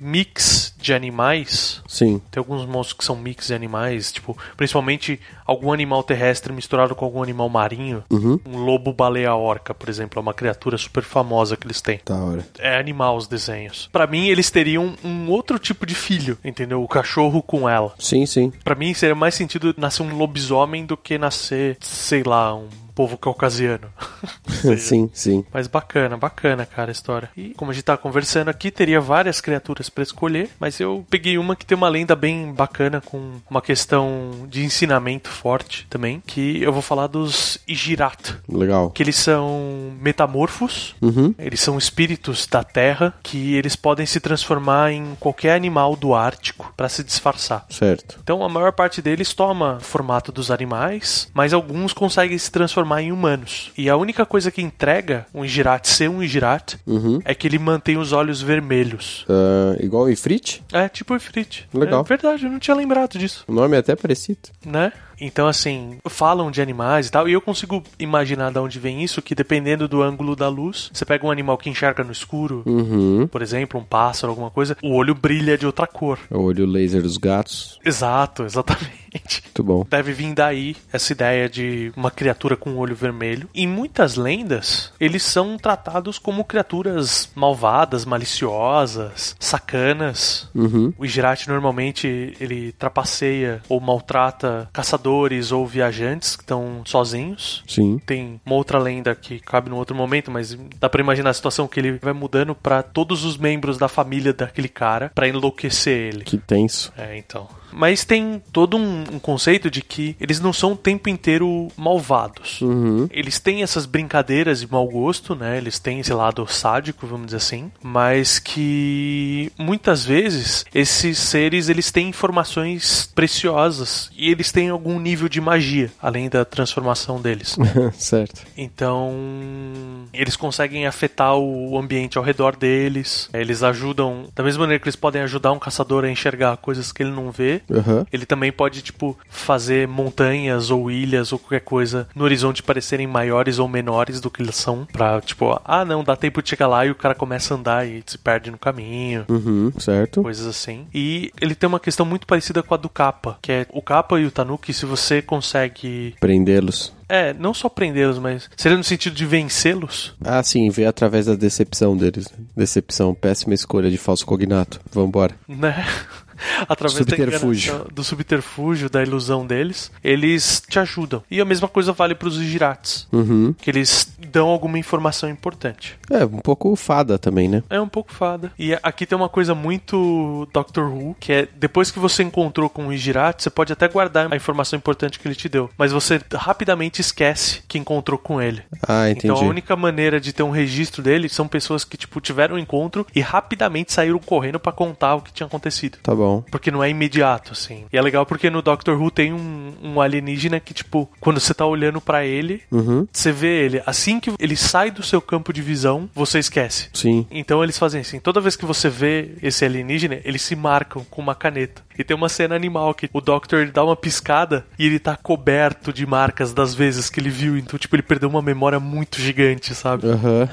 Speaker 2: mix de animais,
Speaker 3: sim.
Speaker 2: tem alguns monstros que são mix de animais, tipo, principalmente algum animal terrestre misturado com algum animal marinho.
Speaker 3: Uhum.
Speaker 2: Um lobo baleia orca, por exemplo, é uma criatura super famosa que eles têm.
Speaker 3: Da hora.
Speaker 2: É animal os desenhos. Pra mim, eles teriam um outro tipo de filho, entendeu? O cachorro com ela.
Speaker 3: Sim, sim.
Speaker 2: Pra mim seria mais sentido nascer um lobisomem do que nascer, sei lá, um povo caucasiano.
Speaker 3: sim, sim.
Speaker 2: Mas bacana, bacana, cara, a história. E como a gente tá conversando aqui, teria várias criaturas pra escolher, mas eu peguei uma que tem uma lenda bem bacana com uma questão de ensinamento forte também, que eu vou falar dos Igirat,
Speaker 3: Legal.
Speaker 2: que eles são metamorfos,
Speaker 3: Uhum.
Speaker 2: eles são espíritos da terra que eles podem se transformar em qualquer animal do Ártico pra se disfarçar.
Speaker 3: Certo.
Speaker 2: Então a maior parte deles toma o formato dos animais, mas alguns conseguem se transformar em humanos. E a única coisa que entrega um girate ser um girate
Speaker 3: Uhum.
Speaker 2: é que ele mantém os olhos vermelhos.
Speaker 3: Ah, igual o Ifrit?
Speaker 2: É tipo o Ifrit.
Speaker 3: Legal.
Speaker 2: É verdade, eu não tinha lembrado disso,
Speaker 3: O nome é até parecido.
Speaker 2: né? Então assim, falam de animais e tal, e eu consigo imaginar de onde vem isso, que dependendo do ângulo da luz, você pega um animal que enxerga no escuro,
Speaker 3: Uhum.
Speaker 2: por exemplo, um pássaro, alguma coisa, o olho brilha de outra cor.
Speaker 3: É O olho laser dos gatos.
Speaker 2: Exato, exatamente.
Speaker 3: Muito bom.
Speaker 2: Deve vir daí essa ideia de uma criatura com um olho vermelho. Em muitas lendas, eles são tratados como criaturas malvadas, maliciosas, sacanas.
Speaker 3: Uhum.
Speaker 2: O Jirate normalmente ele trapaceia ou maltrata caçadores ou viajantes que estão sozinhos.
Speaker 3: Sim.
Speaker 2: Tem uma outra lenda que cabe num outro momento, mas dá pra imaginar a situação que ele vai mudando pra todos os membros da família daquele cara pra enlouquecer ele.
Speaker 3: Que tenso.
Speaker 2: É, então. Mas tem todo um, um conceito de que eles não são o tempo inteiro malvados.
Speaker 3: Uhum.
Speaker 2: Eles têm essas brincadeiras de mau gosto, né? Eles têm esse lado sádico, vamos dizer assim, mas que muitas vezes esses seres eles têm informações preciosas e eles têm algum algum nível de magia, além da transformação deles.
Speaker 3: certo.
Speaker 2: Então, eles conseguem afetar o ambiente ao redor deles. Eles ajudam, da mesma maneira que eles podem ajudar um caçador a enxergar coisas que ele não vê,
Speaker 3: Aham.
Speaker 2: ele também pode, tipo, fazer montanhas ou ilhas ou qualquer coisa no horizonte parecerem maiores ou menores do que eles são. Pra, tipo, ah, não, dá tempo de chegar lá e o cara começa a andar e se perde no caminho.
Speaker 3: Uhum, certo.
Speaker 2: Coisas assim. E ele tem uma questão muito parecida com a do Kappa, que é o Kappa e o Tanuki, se você consegue.
Speaker 3: Prendê-los.
Speaker 2: É, não só prendê-los, mas. Seria no sentido de vencê-los?
Speaker 3: Ah, sim, vê através da decepção deles. né? Decepção, péssima escolha de falso cognato. Vambora.
Speaker 2: né? Através
Speaker 3: Subterfúgio.
Speaker 2: Da enganação- do subterfúgio, da ilusão deles, eles te ajudam. E a mesma coisa vale para os girates,
Speaker 3: Uhum.
Speaker 2: que eles dão alguma informação importante.
Speaker 3: É, um pouco fada também, né?
Speaker 2: É um pouco fada. E aqui tem uma coisa muito Doctor Who, que é depois que você encontrou com o Girate, você pode até guardar a informação importante que ele te deu, mas você rapidamente esquece que encontrou com ele.
Speaker 3: Ah, entendi.
Speaker 2: Então a única maneira de ter um registro dele são pessoas que tipo tiveram um encontro e rapidamente saíram correndo para contar o que tinha acontecido.
Speaker 3: Tá bom.
Speaker 2: Porque não é imediato, assim. E é legal porque no Doctor Who tem um, um alienígena que, tipo, quando você tá olhando pra ele,
Speaker 3: Uhum.
Speaker 2: você vê ele. Assim que ele sai do seu campo de visão, você esquece.
Speaker 3: Sim.
Speaker 2: Então eles fazem assim, toda vez que você vê esse alienígena, eles se marcam com uma caneta. E tem uma cena animal que o Doctor ele dá uma piscada e ele tá coberto de marcas das vezes que ele viu. Então, tipo, ele perdeu uma memória muito gigante, sabe?
Speaker 3: Aham.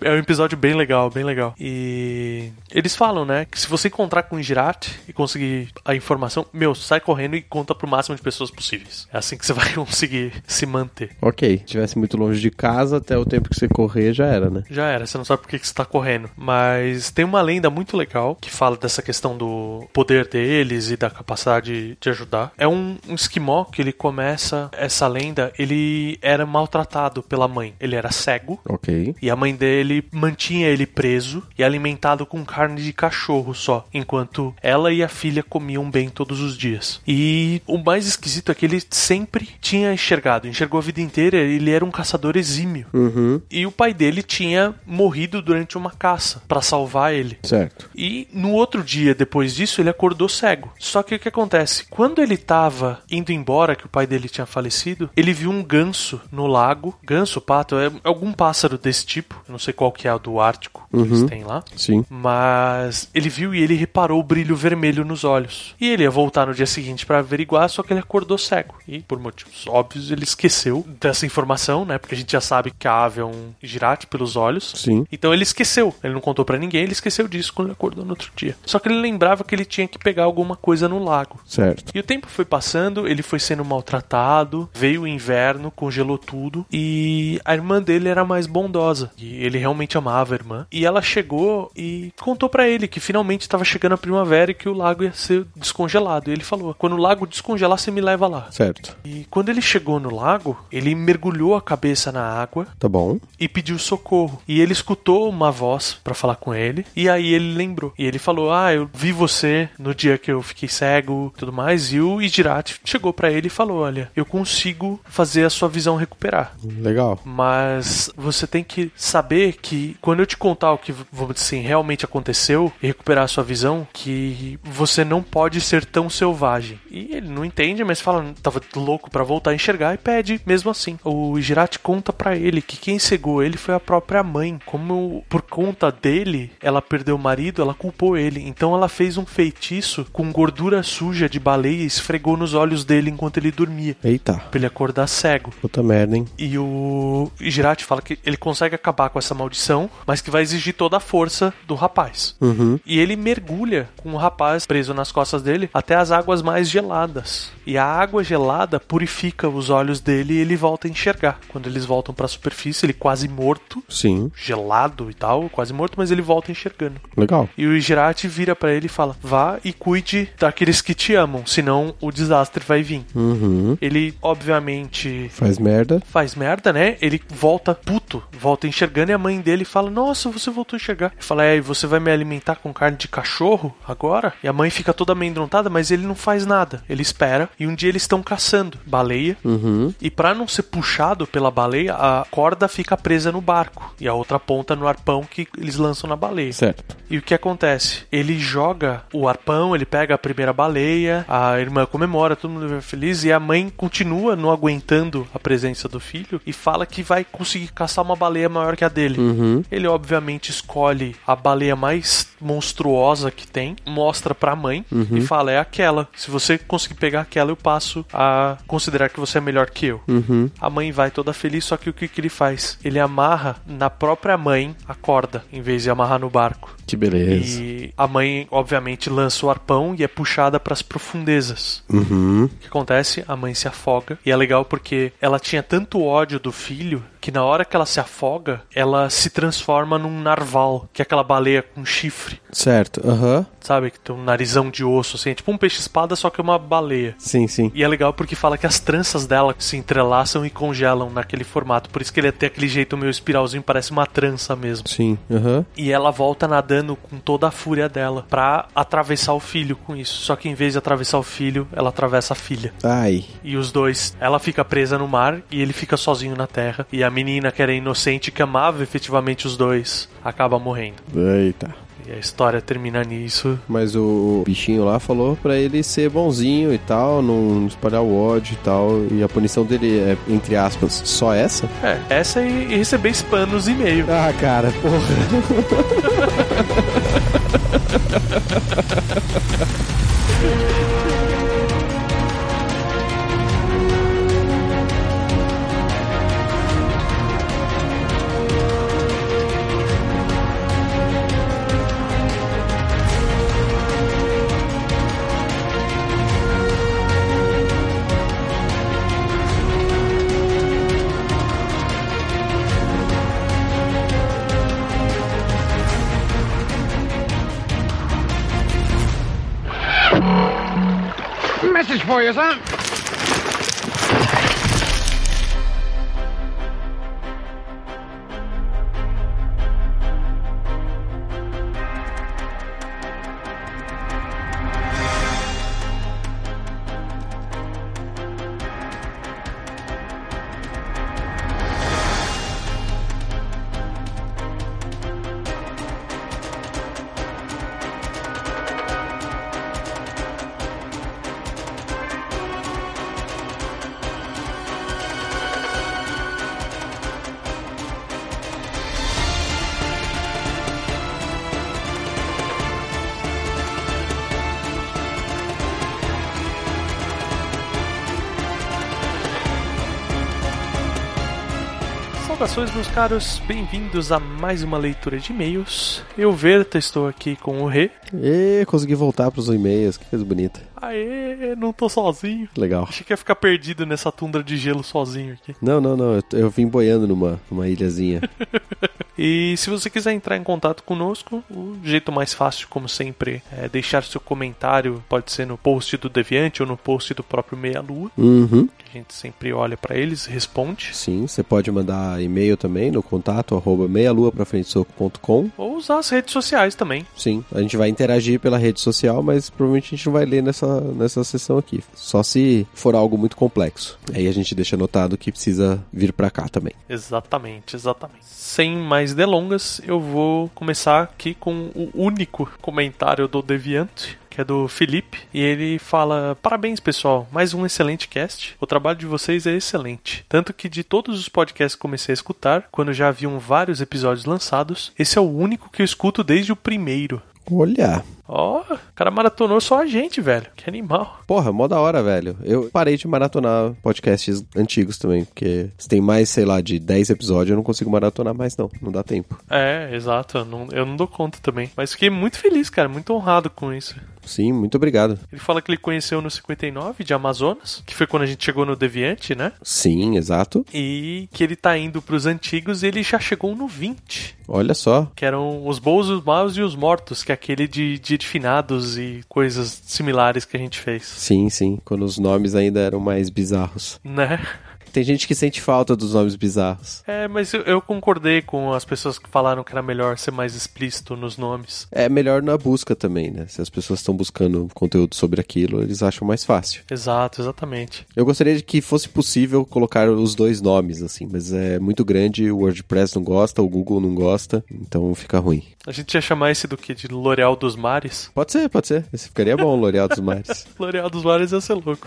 Speaker 2: É um episódio bem legal, bem legal. E eles falam, né, que se você encontrar com o Girate e conseguir a informação, meu, sai correndo e conta pro máximo de pessoas possíveis. É assim que você vai conseguir se manter.
Speaker 3: Ok. Se estivesse muito longe de casa, até o tempo que você correr já era, né?
Speaker 2: Já era, você não sabe por que que você tá correndo. Mas tem uma lenda muito legal que fala dessa questão do poder deles e da capacidade de ajudar. É um, um esquimó que ele começa essa lenda, ele era maltratado pela mãe. Ele era cego.
Speaker 3: Ok.
Speaker 2: E a mãe dele mantinha ele preso e alimentado com carne de cachorro só, enquanto ela e a filha comiam bem todos os dias. E o mais esquisito é que ele sempre tinha enxergado, enxergou a vida inteira, ele era um caçador exímio.
Speaker 3: Uhum.
Speaker 2: E o pai dele tinha morrido durante uma caça para salvar ele.
Speaker 3: Certo.
Speaker 2: E no outro dia, depois disso, ele acordou cego. Só que o que acontece? Quando ele tava indo embora, que o pai dele tinha falecido, ele viu um ganso no lago. Ganso, pato, é algum pássaro desse tipo. Eu não sei qual que é o do Ártico que eles têm lá.
Speaker 3: Sim.
Speaker 2: Mas ele viu e ele reparou o brilho vermelho nos olhos. E ele ia voltar no dia seguinte pra averiguar, só que ele acordou cego. E por motivos óbvios, ele esqueceu dessa informação, né? Porque a gente já sabe que a ave é um girate pelos olhos.
Speaker 3: Sim.
Speaker 2: Então ele esqueceu. Ele não contou pra ninguém, ele esqueceu disso quando ele acordou no outro dia. Só que ele lembrava que ele tinha que pegar alguma coisa no lago.
Speaker 3: Certo.
Speaker 2: E o tempo foi passando, ele foi sendo maltratado, veio o inverno, congelou tudo, e a irmã dele era mais bondosa, e ele realmente amava a irmã. E ela chegou e contou pra ele que finalmente estava chegando a primavera e que o lago ia ser descongelado. E ele falou: "Quando o lago descongelar, você me leva lá".
Speaker 3: Certo.
Speaker 2: E quando ele chegou no lago, ele mergulhou a cabeça na água
Speaker 3: Tá bom.
Speaker 2: e pediu socorro. E ele escutou uma voz pra falar com ele, e aí ele lembrou. E ele falou: "Ah, eu vi você no dia que eu fiquei cego, e tudo mais". E o Idirate chegou pra ele e falou: "Olha, eu consigo fazer a sua visão recuperar,
Speaker 3: Legal.
Speaker 2: mas você tem que saber que quando eu te contar o que, vamos dizer assim, realmente aconteceu e recuperar a sua visão, que você não pode ser tão selvagem". E ele não entende, mas fala: "Tava louco pra voltar a enxergar" e pede mesmo assim. O Girate conta pra ele que quem cegou ele foi a própria mãe. Como por conta dele, ela perdeu o marido, ela culpou ele. Então ela fez um feitiço com gordura suja de baleia e esfregou nos olhos dele enquanto ele dormia,
Speaker 3: Eita.
Speaker 2: pra ele acordar cego.
Speaker 3: Puta merda, hein?
Speaker 2: E o Girati fala que ele consegue acabar com essa maldição, mas que vai exigir toda a força do rapaz.
Speaker 3: Uhum.
Speaker 2: E ele mergulha com o rapaz preso nas costas dele até as águas mais geladas. E a água gelada purifica os olhos dele e ele volta a enxergar. Quando eles voltam pra superfície, ele quase morto,
Speaker 3: Sim.
Speaker 2: gelado e tal, quase morto, mas ele volta enxergando.
Speaker 3: Legal.
Speaker 2: E o Girati vira pra ele e fala: "Vá e cuide daqueles que te amam, senão o desastre vai vir".
Speaker 3: Uhum.
Speaker 2: Ele obviamente
Speaker 3: Faz merda.
Speaker 2: faz merda, né? Ele volta puto, volta enxergando e a mãe dele fala: Nossa, você voltou a enxergar. Ele fala: É, e você vai me alimentar com carne de cachorro agora? E a mãe fica toda amedrontada, mas ele não faz nada. Ele espera e um dia eles estão caçando baleia.
Speaker 3: Uhum.
Speaker 2: E pra não ser puxado pela baleia, a corda fica presa no barco e a outra ponta no arpão que eles lançam na baleia.
Speaker 3: Certo.
Speaker 2: E o que acontece? Ele joga o arpão, comemoração, ele pega a primeira baleia, a irmã comemora, todo mundo fica feliz e a mãe continua não aguentando a presença do filho e fala que vai conseguir caçar uma baleia maior que a dele.
Speaker 3: Uhum.
Speaker 2: Ele obviamente escolhe a baleia mais monstruosa que tem, mostra pra mãe
Speaker 3: Uhum.
Speaker 2: e fala: é aquela. Se você conseguir pegar aquela, eu passo a considerar que você é melhor que eu.
Speaker 3: Uhum.
Speaker 2: A mãe vai toda feliz, só que o que, que ele faz? Ele amarra na própria mãe a corda, em vez de amarrar no barco.
Speaker 3: Que beleza.
Speaker 2: E a mãe, obviamente, lança o arpão e é puxada pras profundezas.
Speaker 3: Uhum.
Speaker 2: O que acontece? A mãe se afoga. E é legal porque ela tinha tanto ódio do filho que na hora que ela se afoga, ela se transforma num narval, que é aquela baleia com chifre,
Speaker 3: Certo. Aham.
Speaker 2: sabe? Que tem um narizão de osso, assim, é tipo um peixe-espada, só que é uma baleia.
Speaker 3: Sim, sim.
Speaker 2: E é legal porque fala que as tranças dela se entrelaçam e congelam naquele formato. Por isso que ele tem aquele jeito meio espiralzinho, parece uma trança mesmo.
Speaker 3: Sim. Aham.
Speaker 2: E ela volta nadando com toda a fúria dela pra atravessar o filho com isso. Só que em vez de atravessar o filho, ela atravessa a filha.
Speaker 3: Ai.
Speaker 2: E os dois, ela fica presa no mar e ele fica sozinho na terra. E a menina, que era inocente, que amava efetivamente os dois, acaba morrendo.
Speaker 3: Eita.
Speaker 2: E a história termina nisso.
Speaker 3: Mas o bichinho lá falou pra ele ser bonzinho e tal, não espalhar o ódio e tal. E a punição dele é, entre aspas, só essa?
Speaker 2: É, essa e, e receber spam nos e-mails.
Speaker 3: Ah, cara, porra.
Speaker 4: Message for you, son.
Speaker 2: Saudações, meus caros, bem-vindos a mais uma leitura de e-mails. Eu, Verta, estou aqui com o Rê.
Speaker 3: E consegui voltar pros e-mails, que coisa bonita.
Speaker 2: Aê, não tô sozinho.
Speaker 3: Legal.
Speaker 2: Achei que ia ficar perdido nessa tundra de gelo sozinho aqui.
Speaker 3: Não, não, não, eu, eu vim boiando numa, numa ilhazinha.
Speaker 2: E se você quiser entrar em contato conosco, o jeito mais fácil, como sempre, é deixar seu comentário. Pode ser no post do Deviante ou no post do próprio Meia Lua.
Speaker 3: Uhum.
Speaker 2: A gente sempre olha pra eles, responde.
Speaker 3: Sim, você pode mandar e-mail também no contato arroba meialuaprafrentesoco.com.
Speaker 2: Ou usar as redes sociais também.
Speaker 3: Sim, a gente vai interagir pela rede social, mas provavelmente a gente não vai ler nessa, nessa sessão aqui. Só se for algo muito complexo. Aí a gente deixa anotado que precisa vir pra cá também.
Speaker 2: Exatamente, exatamente. Sem mais delongas, eu vou começar aqui com o único comentário do Deviante. Que é do Felipe, e ele fala: Parabéns, pessoal, mais um excelente cast. O trabalho de vocês é excelente. Tanto que de todos os podcasts que comecei a escutar, quando já haviam vários episódios lançados, esse é o único que eu escuto desde o primeiro.
Speaker 3: Olha,
Speaker 2: Ó, o cara maratonou só a gente, velho. Que animal.
Speaker 3: porra, mó da hora, velho. Eu parei de maratonar podcasts antigos também, porque se tem mais, sei lá, de 10 episódios, eu não consigo maratonar mais não, não dá tempo.
Speaker 2: É, exato. Eu não, eu não dou conta também. Mas fiquei muito feliz, cara. Muito honrado com isso.
Speaker 3: Sim, muito obrigado.
Speaker 2: Ele fala que ele conheceu no 59 de Amazonas, que foi quando a gente chegou no Deviante, né?
Speaker 3: Sim, exato.
Speaker 2: E que ele tá indo pros antigos e ele já chegou no 20,
Speaker 3: Olha só.
Speaker 2: que eram os bons, os maus e os mortos, que é aquele de, de finados e coisas similares que a gente fez,
Speaker 3: Sim, sim, quando os nomes ainda eram mais bizarros.
Speaker 2: né?
Speaker 3: Tem gente que sente falta dos nomes bizarros.
Speaker 2: É, mas eu, eu concordei com as pessoas que falaram que era melhor ser mais explícito nos nomes.
Speaker 3: É melhor na busca também, né? Se as pessoas estão buscando conteúdo sobre aquilo, eles acham mais fácil.
Speaker 2: Exato, exatamente.
Speaker 3: Eu gostaria de que fosse possível colocar os dois nomes, assim, mas é muito grande, o WordPress não gosta, o Google não gosta, então fica ruim.
Speaker 2: A gente ia chamar esse do que? De L'Oreal dos Mares?
Speaker 3: Pode ser, pode ser. Esse ficaria bom, L'Oreal dos Mares.
Speaker 2: L'Oreal dos Mares ia ser louco.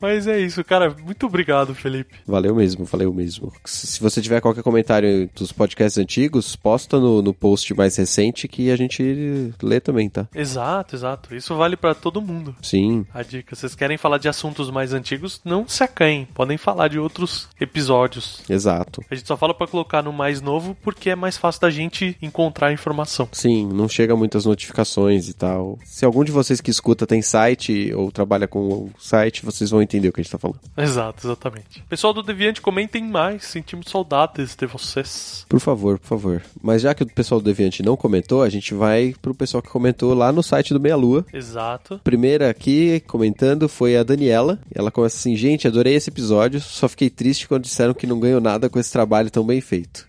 Speaker 2: Mas é isso, cara. Muito obrigado, Felipe.
Speaker 3: Valeu mesmo, valeu mesmo. Se você tiver qualquer comentário dos podcasts antigos, posta no, no post mais recente que a gente lê também, tá?
Speaker 2: Exato, exato. Isso vale pra todo mundo.
Speaker 3: Sim.
Speaker 2: A dica. Vocês querem falar de assuntos mais antigos? Não se acanhem. Podem falar de outros episódios.
Speaker 3: Exato.
Speaker 2: A gente só fala pra colocar no mais novo porque é mais fácil da gente encontrar a informação.
Speaker 3: Sim, não chega muitas notificações e tal. Se algum de vocês que escuta tem site ou trabalha com o site, vocês vão entender o que a gente tá falando.
Speaker 2: Exato, exatamente. Pessoal do Deviante, comentem mais. Sentimos saudades de vocês.
Speaker 3: Por favor, por favor. Mas já que o pessoal do Deviante não comentou, a gente vai pro pessoal que comentou lá no site do Meia Lua.
Speaker 2: Exato.
Speaker 3: Primeira aqui comentando foi a Daniela. Ela começa assim: gente, adorei esse episódio. Só fiquei triste quando disseram que não ganhou nada com esse trabalho tão bem feito.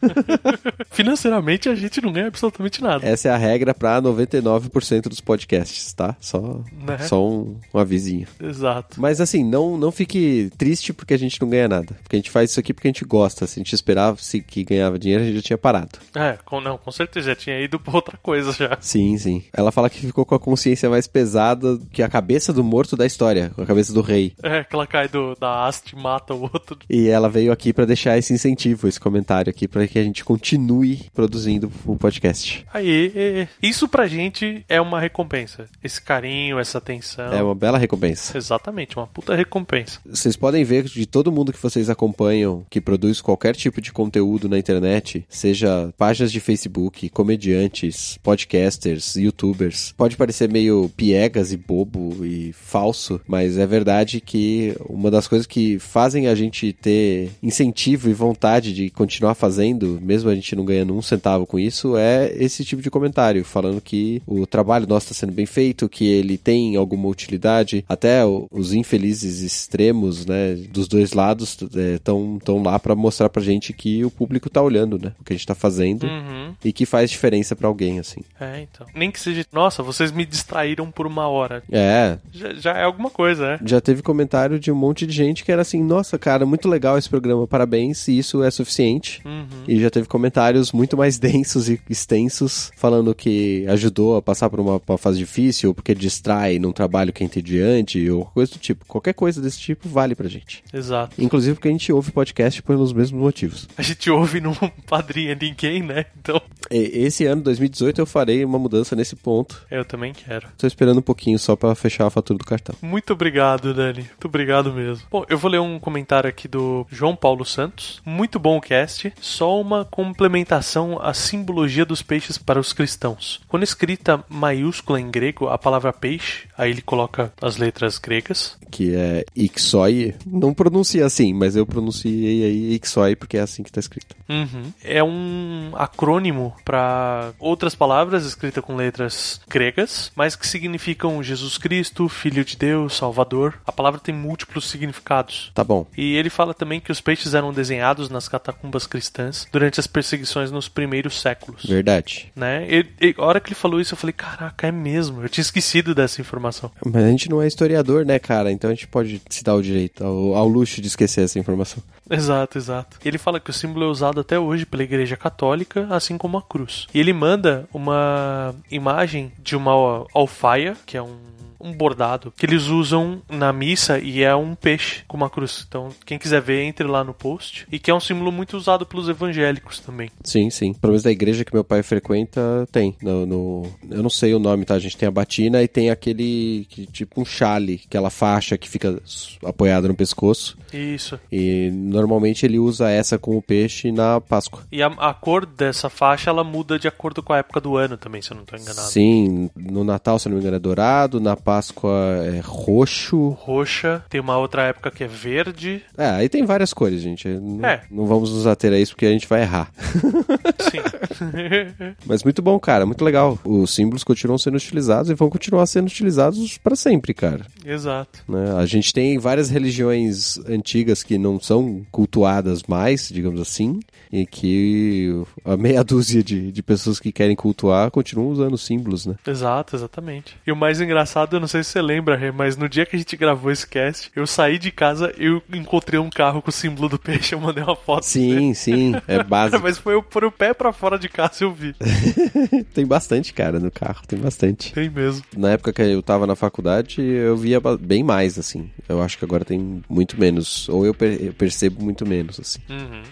Speaker 2: Financeiramente, a gente não ganha absolutamente nada.
Speaker 3: Essa é a regra pra 99% dos podcasts, tá? Só,
Speaker 2: Né?
Speaker 3: só um, um avisinho.
Speaker 2: Exato.
Speaker 3: Mas assim, não, não fique triste porque a gente não ganha nada. Porque a gente faz isso aqui porque a gente gosta. Se a gente esperava se- que ganhava dinheiro, a gente já tinha parado.
Speaker 2: É, com, não, com certeza. Já tinha ido pra outra coisa já.
Speaker 3: Sim, sim. Ela fala que ficou com a consciência mais pesada que a cabeça do morto da história, a cabeça do rei.
Speaker 2: É, que ela cai do, da haste e mata o outro.
Speaker 3: E ela veio aqui pra deixar esse incentivo, esse comentário aqui, pra que a gente continue produzindo o podcast.
Speaker 2: Aí, isso pra gente é uma recompensa. Esse carinho, essa atenção.
Speaker 3: É uma bela recompensa.
Speaker 2: Exatamente, uma puta recompensa.
Speaker 3: Vocês podem ver que de todo mundo que vocês acompanham, que produz qualquer tipo de conteúdo na internet, seja páginas de Facebook, comediantes, podcasters, youtubers, pode parecer meio piegas e bobo e falso, mas é verdade que uma das coisas que fazem a gente ter incentivo e vontade de continuar fazendo, mesmo a gente não ganhando um centavo com isso, é esse tipo de comentário, falando que o trabalho nosso está sendo bem feito, que ele tem alguma utilidade, até o- os infelizes extremos, né, dos dois lados estão tão lá para mostrar pra gente que o público tá olhando, né, o que a gente tá fazendo
Speaker 2: Uhum.
Speaker 3: e que faz diferença pra alguém, assim.
Speaker 2: É, então. Nem que seja. Nossa, vocês me distraíram por uma hora.
Speaker 3: É,
Speaker 2: Já, já é alguma coisa, né?
Speaker 3: já teve comentário de um monte de gente que era assim, nossa, cara, muito legal esse programa, parabéns, e isso é suficiente.
Speaker 2: Uhum.
Speaker 3: E já teve comentários muito mais densos e extensos falando que ajudou a passar por uma, uma fase difícil, ou porque distrai num trabalho que é entediante, ou coisa do tipo. Qualquer coisa desse tipo vale pra gente.
Speaker 2: Exato.
Speaker 3: Inclusive porque a gente ouve podcast pelos mesmos motivos.
Speaker 2: A gente ouve num padrinha ninguém, né? Então,
Speaker 3: E- esse ano, 2018, eu farei uma mudança nesse ponto.
Speaker 2: eu também quero.
Speaker 3: Tô esperando um pouquinho só pra fechar a fatura do cartão.
Speaker 2: Muito obrigado, Dani. Muito obrigado mesmo. Bom, eu vou ler um comentário aqui do João Paulo Santos. Muito bom o cast. Só uma complementação à simbologia dos peixes para os cristãos. Quando escrita maiúscula em grego, a palavra peixe, aí ele coloca as letras gregas.
Speaker 3: Que é Ixoi. Não pronuncia assim, mas eu pronunciei aí Ixoi porque é assim que tá escrito.
Speaker 2: Uhum. É um acrônimo para outras palavras escritas com letras gregas, mas que significam Jesus Cristo, Filho de Deus, Salvador. A palavra tem múltiplos significados.
Speaker 3: Tá bom.
Speaker 2: E ele fala também que os peixes eram desenhados nas catacumbas cristãs durante as perseguições nos primeiros séculos.
Speaker 3: Verdade.
Speaker 2: Né? E, e a hora que ele falou isso, eu falei: caraca, é mesmo. Eu tinha esquecido dessa informação.
Speaker 3: Mas a gente não é historiador, né, cara? Então a gente pode se dar o direito ao, ao luxo de esquecer essa informação.
Speaker 2: Exato, exato. Ele fala que o símbolo é usado até hoje pela Igreja Católica, assim como a cruz. E ele manda uma imagem de uma al- alfaia, que é um, um bordado, que eles usam na missa e é um peixe com uma cruz. Então, quem quiser ver, entre lá no post. E que é um símbolo muito usado pelos evangélicos também.
Speaker 3: Sim, sim. Pelo menos da igreja que meu pai frequenta, tem. No, no- eu não sei o nome, tá? A gente tem a batina e tem aquele, que, tipo um chale, aquela faixa que fica s- apoiada no pescoço.
Speaker 2: Isso.
Speaker 3: E normalmente ele usa essa com o peixe na Páscoa.
Speaker 2: E a, a cor dessa faixa ela muda de acordo com a época do ano também, se eu não tô enganado.
Speaker 3: Sim, no Natal, se não me engano, é dourado, na Páscoa é roxo.
Speaker 2: Roxa, tem uma outra época que é verde.
Speaker 3: É, aí tem várias cores, gente. Não,
Speaker 2: É.
Speaker 3: não vamos nos ater a isso porque a gente vai errar.
Speaker 2: Sim.
Speaker 3: Mas muito bom, cara, muito legal. Os símbolos continuam sendo utilizados e vão continuar sendo utilizados pra sempre, cara.
Speaker 2: Exato.
Speaker 3: né? A gente tem várias religiões antigas que não são cultuadas mais, digamos assim, e que a meia dúzia de, de pessoas que querem cultuar continuam usando símbolos, né?
Speaker 2: Exato, exatamente. E o mais engraçado não sei se você lembra, Rê, mas no dia que a gente gravou esse cast, eu saí de casa eu encontrei um carro com o símbolo do peixe, eu mandei uma foto. dele.
Speaker 3: Sim, sim, é básico.
Speaker 2: Mas foi eu pôr o pé pra fora de casa e eu vi.
Speaker 3: tem bastante, cara, no carro, tem bastante.
Speaker 2: Tem mesmo.
Speaker 3: Na época que eu tava na faculdade, eu via ba- bem mais, assim. Eu acho que agora tem muito menos. Ou eu, per- eu percebo muito menos, assim.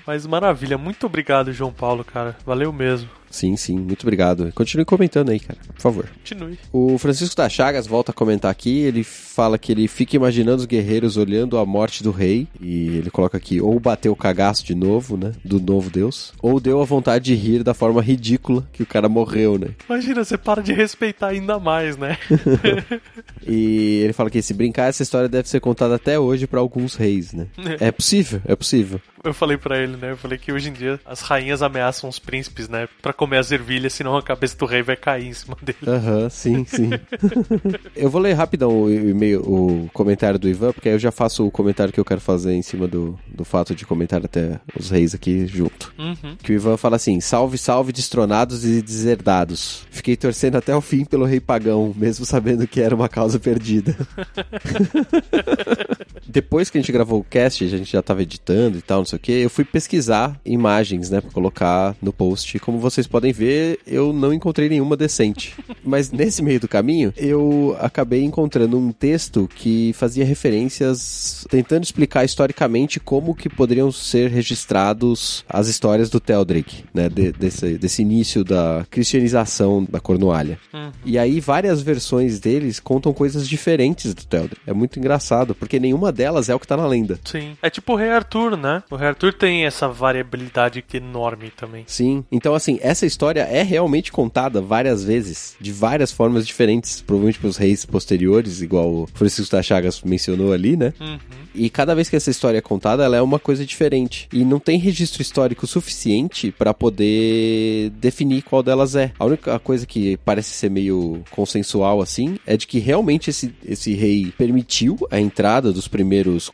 Speaker 2: Mas maravilha, muito obrigado, João Paulo, cara. Valeu mesmo.
Speaker 3: Sim, sim, muito obrigado. Continue comentando aí, cara, por favor.
Speaker 2: Continue.
Speaker 3: O Francisco da Chagas volta a comentar aqui. Ele fala que ele fica imaginando os guerreiros olhando a morte do rei. E ele coloca aqui: ou bateu o cagaço de novo, né? Do novo deus. Ou deu a vontade de rir da forma ridícula que o cara morreu, né?
Speaker 2: Imagina, você para de respeitar ainda mais, né?
Speaker 3: E ele fala que se brincar, essa história deve ser contada até hoje pra alguns reis, né? É possível, é possível.
Speaker 2: Eu falei pra ele, né? Eu falei que hoje em dia as rainhas ameaçam os príncipes, né? Pra comer as ervilhas, senão a cabeça do rei vai cair em cima dele.
Speaker 3: Aham, sim, sim. eu vou ler rapidão o e-mail, o comentário do Ivan, porque aí eu já faço o comentário que eu quero fazer em cima do, do fato de comentar até os reis aqui junto.
Speaker 2: Uhum.
Speaker 3: Que o Ivan fala assim: salve, salve, destronados e deserdados. Fiquei torcendo até o fim pelo rei pagão, mesmo sabendo que era uma causa perdida. Depois que a gente gravou o cast, a gente já tava editando e tal, não sei o que, eu fui pesquisar imagens, né, pra colocar no post. Como vocês podem ver, eu não encontrei nenhuma decente. Mas nesse meio do caminho, eu acabei encontrando um texto que fazia referências tentando explicar historicamente como que poderiam ser registrados as histórias do Teldrick, né, de- desse, desse início da cristianização da Cornualha. E aí várias versões deles contam coisas diferentes do Teldrick. É muito engraçado, porque nenhuma delas é o que tá na lenda.
Speaker 2: Sim. É tipo o Rei Arthur, né? O Rei Arthur tem essa variabilidade enorme também.
Speaker 3: Sim. Então, assim, essa história é realmente contada várias vezes, de várias formas diferentes, provavelmente pelos reis posteriores, igual o Francisco da Chagas mencionou ali, né?
Speaker 2: Uhum.
Speaker 3: E cada vez que essa história é contada, ela é uma coisa diferente. E não tem registro histórico suficiente pra poder definir qual delas é. A única coisa que parece ser meio consensual assim é de que realmente esse, esse rei permitiu a entrada dos primeiros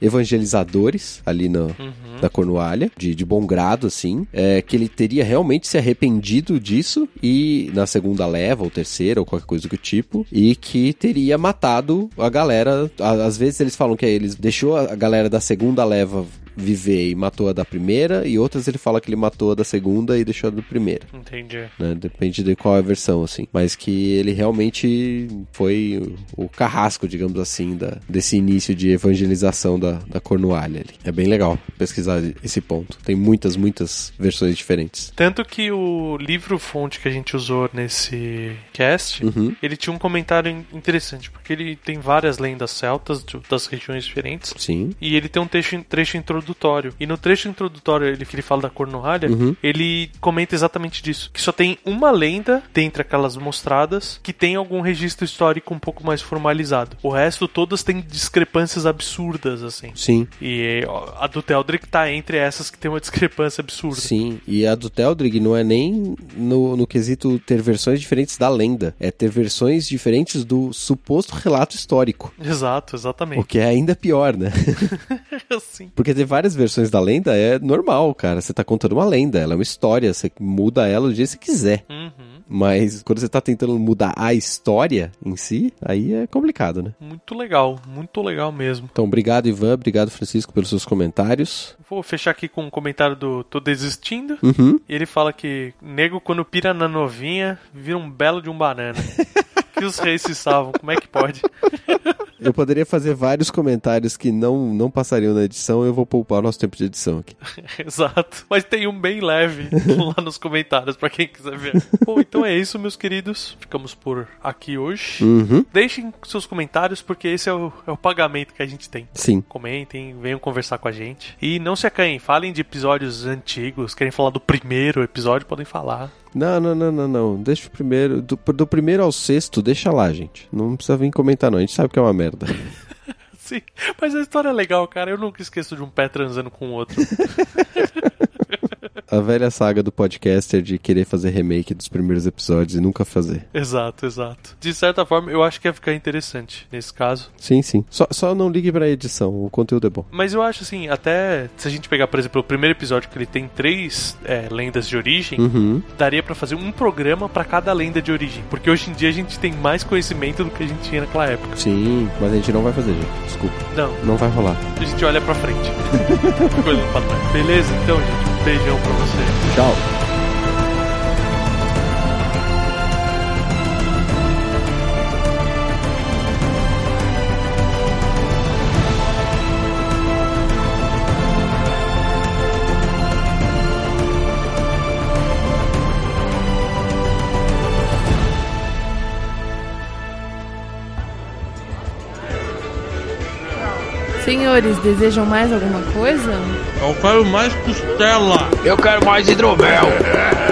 Speaker 3: evangelizadores ali na,
Speaker 2: uhum.
Speaker 3: Uhum. da Cornualha, de, de bom grado, assim, é, que ele teria realmente se arrependido disso e na segunda leva, ou terceira, ou qualquer coisa do tipo, e que teria matado a galera. A- Às vezes eles falam que é, eles deixou a galera da segunda leva viver e matou a da primeira, e outras ele fala que ele matou a da segunda e deixou a da primeira
Speaker 2: Entendi.
Speaker 3: né? Depende de qual é a versão, assim. Mas que ele realmente foi o o carrasco, digamos assim, da, desse início de evangelização da, da Cornualha ali. É bem legal pesquisar esse ponto. Tem muitas, muitas versões diferentes.
Speaker 2: Tanto que o livro fonte que a gente usou nesse cast,
Speaker 3: Uhum.
Speaker 2: ele tinha um comentário in- interessante, porque ele tem várias lendas celtas de- das regiões diferentes.
Speaker 3: Sim.
Speaker 2: E ele tem um trecho, trecho introdutório. E no trecho introdutório ele, que ele fala da Cornualha,
Speaker 3: Uhum.
Speaker 2: ele comenta exatamente disso. Que só tem uma lenda, dentre aquelas mostradas, que tem algum registro histórico um pouco mais formalizado. O resto, todas têm discrepâncias absurdas, assim.
Speaker 3: Sim,
Speaker 2: E ó, a do Teldrick tá entre essas que tem uma discrepância absurda.
Speaker 3: sim. E a do Teldrig não é nem no, no quesito ter versões diferentes da lenda. É ter versões diferentes do suposto relato histórico.
Speaker 2: Exato,
Speaker 3: O
Speaker 2: exatamente.
Speaker 3: que é ainda pior, né?
Speaker 2: assim.
Speaker 3: Porque ter várias versões da lenda é normal, cara. Você tá contando uma lenda, ela é uma história, você muda ela do jeito que você quiser.
Speaker 2: Uhum.
Speaker 3: Mas quando você tá tentando mudar a história em si, aí é complicado, né?
Speaker 2: Muito legal, muito legal mesmo.
Speaker 3: Então, obrigado, Ivan. Obrigado, Francisco, pelos seus comentários.
Speaker 2: Vou fechar aqui com um comentário do Tô Desistindo.
Speaker 3: Uhum.
Speaker 2: E ele fala que nego, quando pira na novinha, vira um belo de um banana. que os reis se salvam, como é que pode?
Speaker 3: Eu poderia fazer vários comentários que não, não passariam na edição, eu vou poupar o nosso tempo de edição aqui.
Speaker 2: Exato. Mas tem um bem leve lá nos comentários, pra quem quiser ver. Bom, então é isso, meus queridos. Ficamos por aqui hoje.
Speaker 3: Uhum.
Speaker 2: Deixem seus comentários, porque esse é o, é o pagamento que a gente tem.
Speaker 3: Sim.
Speaker 2: Comentem, venham conversar com a gente. E não se acanhem, falem de episódios antigos. Querem falar do primeiro episódio? Podem falar.
Speaker 3: Não, não, não, não, não. Deixa o primeiro. Do, do primeiro ao sexto, deixa lá, gente. Não precisa vir comentar, não. A gente sabe que é uma merda.
Speaker 2: Sim, mas a história é legal, cara. Eu nunca esqueço de um pé transando com o outro.
Speaker 3: a velha saga do podcaster de querer fazer remake dos primeiros episódios e nunca fazer.
Speaker 2: Exato, exato. De certa forma, eu acho que ia ficar interessante nesse caso.
Speaker 3: Sim, sim. Só, só não ligue pra edição, o conteúdo é bom.
Speaker 2: Mas eu acho assim, até se a gente pegar, por exemplo, o primeiro episódio que ele tem três é, lendas de origem,
Speaker 3: Uhum.
Speaker 2: daria pra fazer um programa pra cada lenda de origem. Porque hoje em dia a gente tem mais conhecimento do que a gente tinha naquela época.
Speaker 3: Sim, mas a gente não vai fazer, gente. Desculpa.
Speaker 2: Não,
Speaker 3: Não vai rolar.
Speaker 2: a gente olha pra frente. Ficou olhando pra trás. Beleza? Então, gente, um beijão pra vocês.
Speaker 3: Tchau.
Speaker 4: Senhores, desejam mais alguma coisa?
Speaker 5: Eu quero mais costela.
Speaker 6: Eu quero mais hidromel.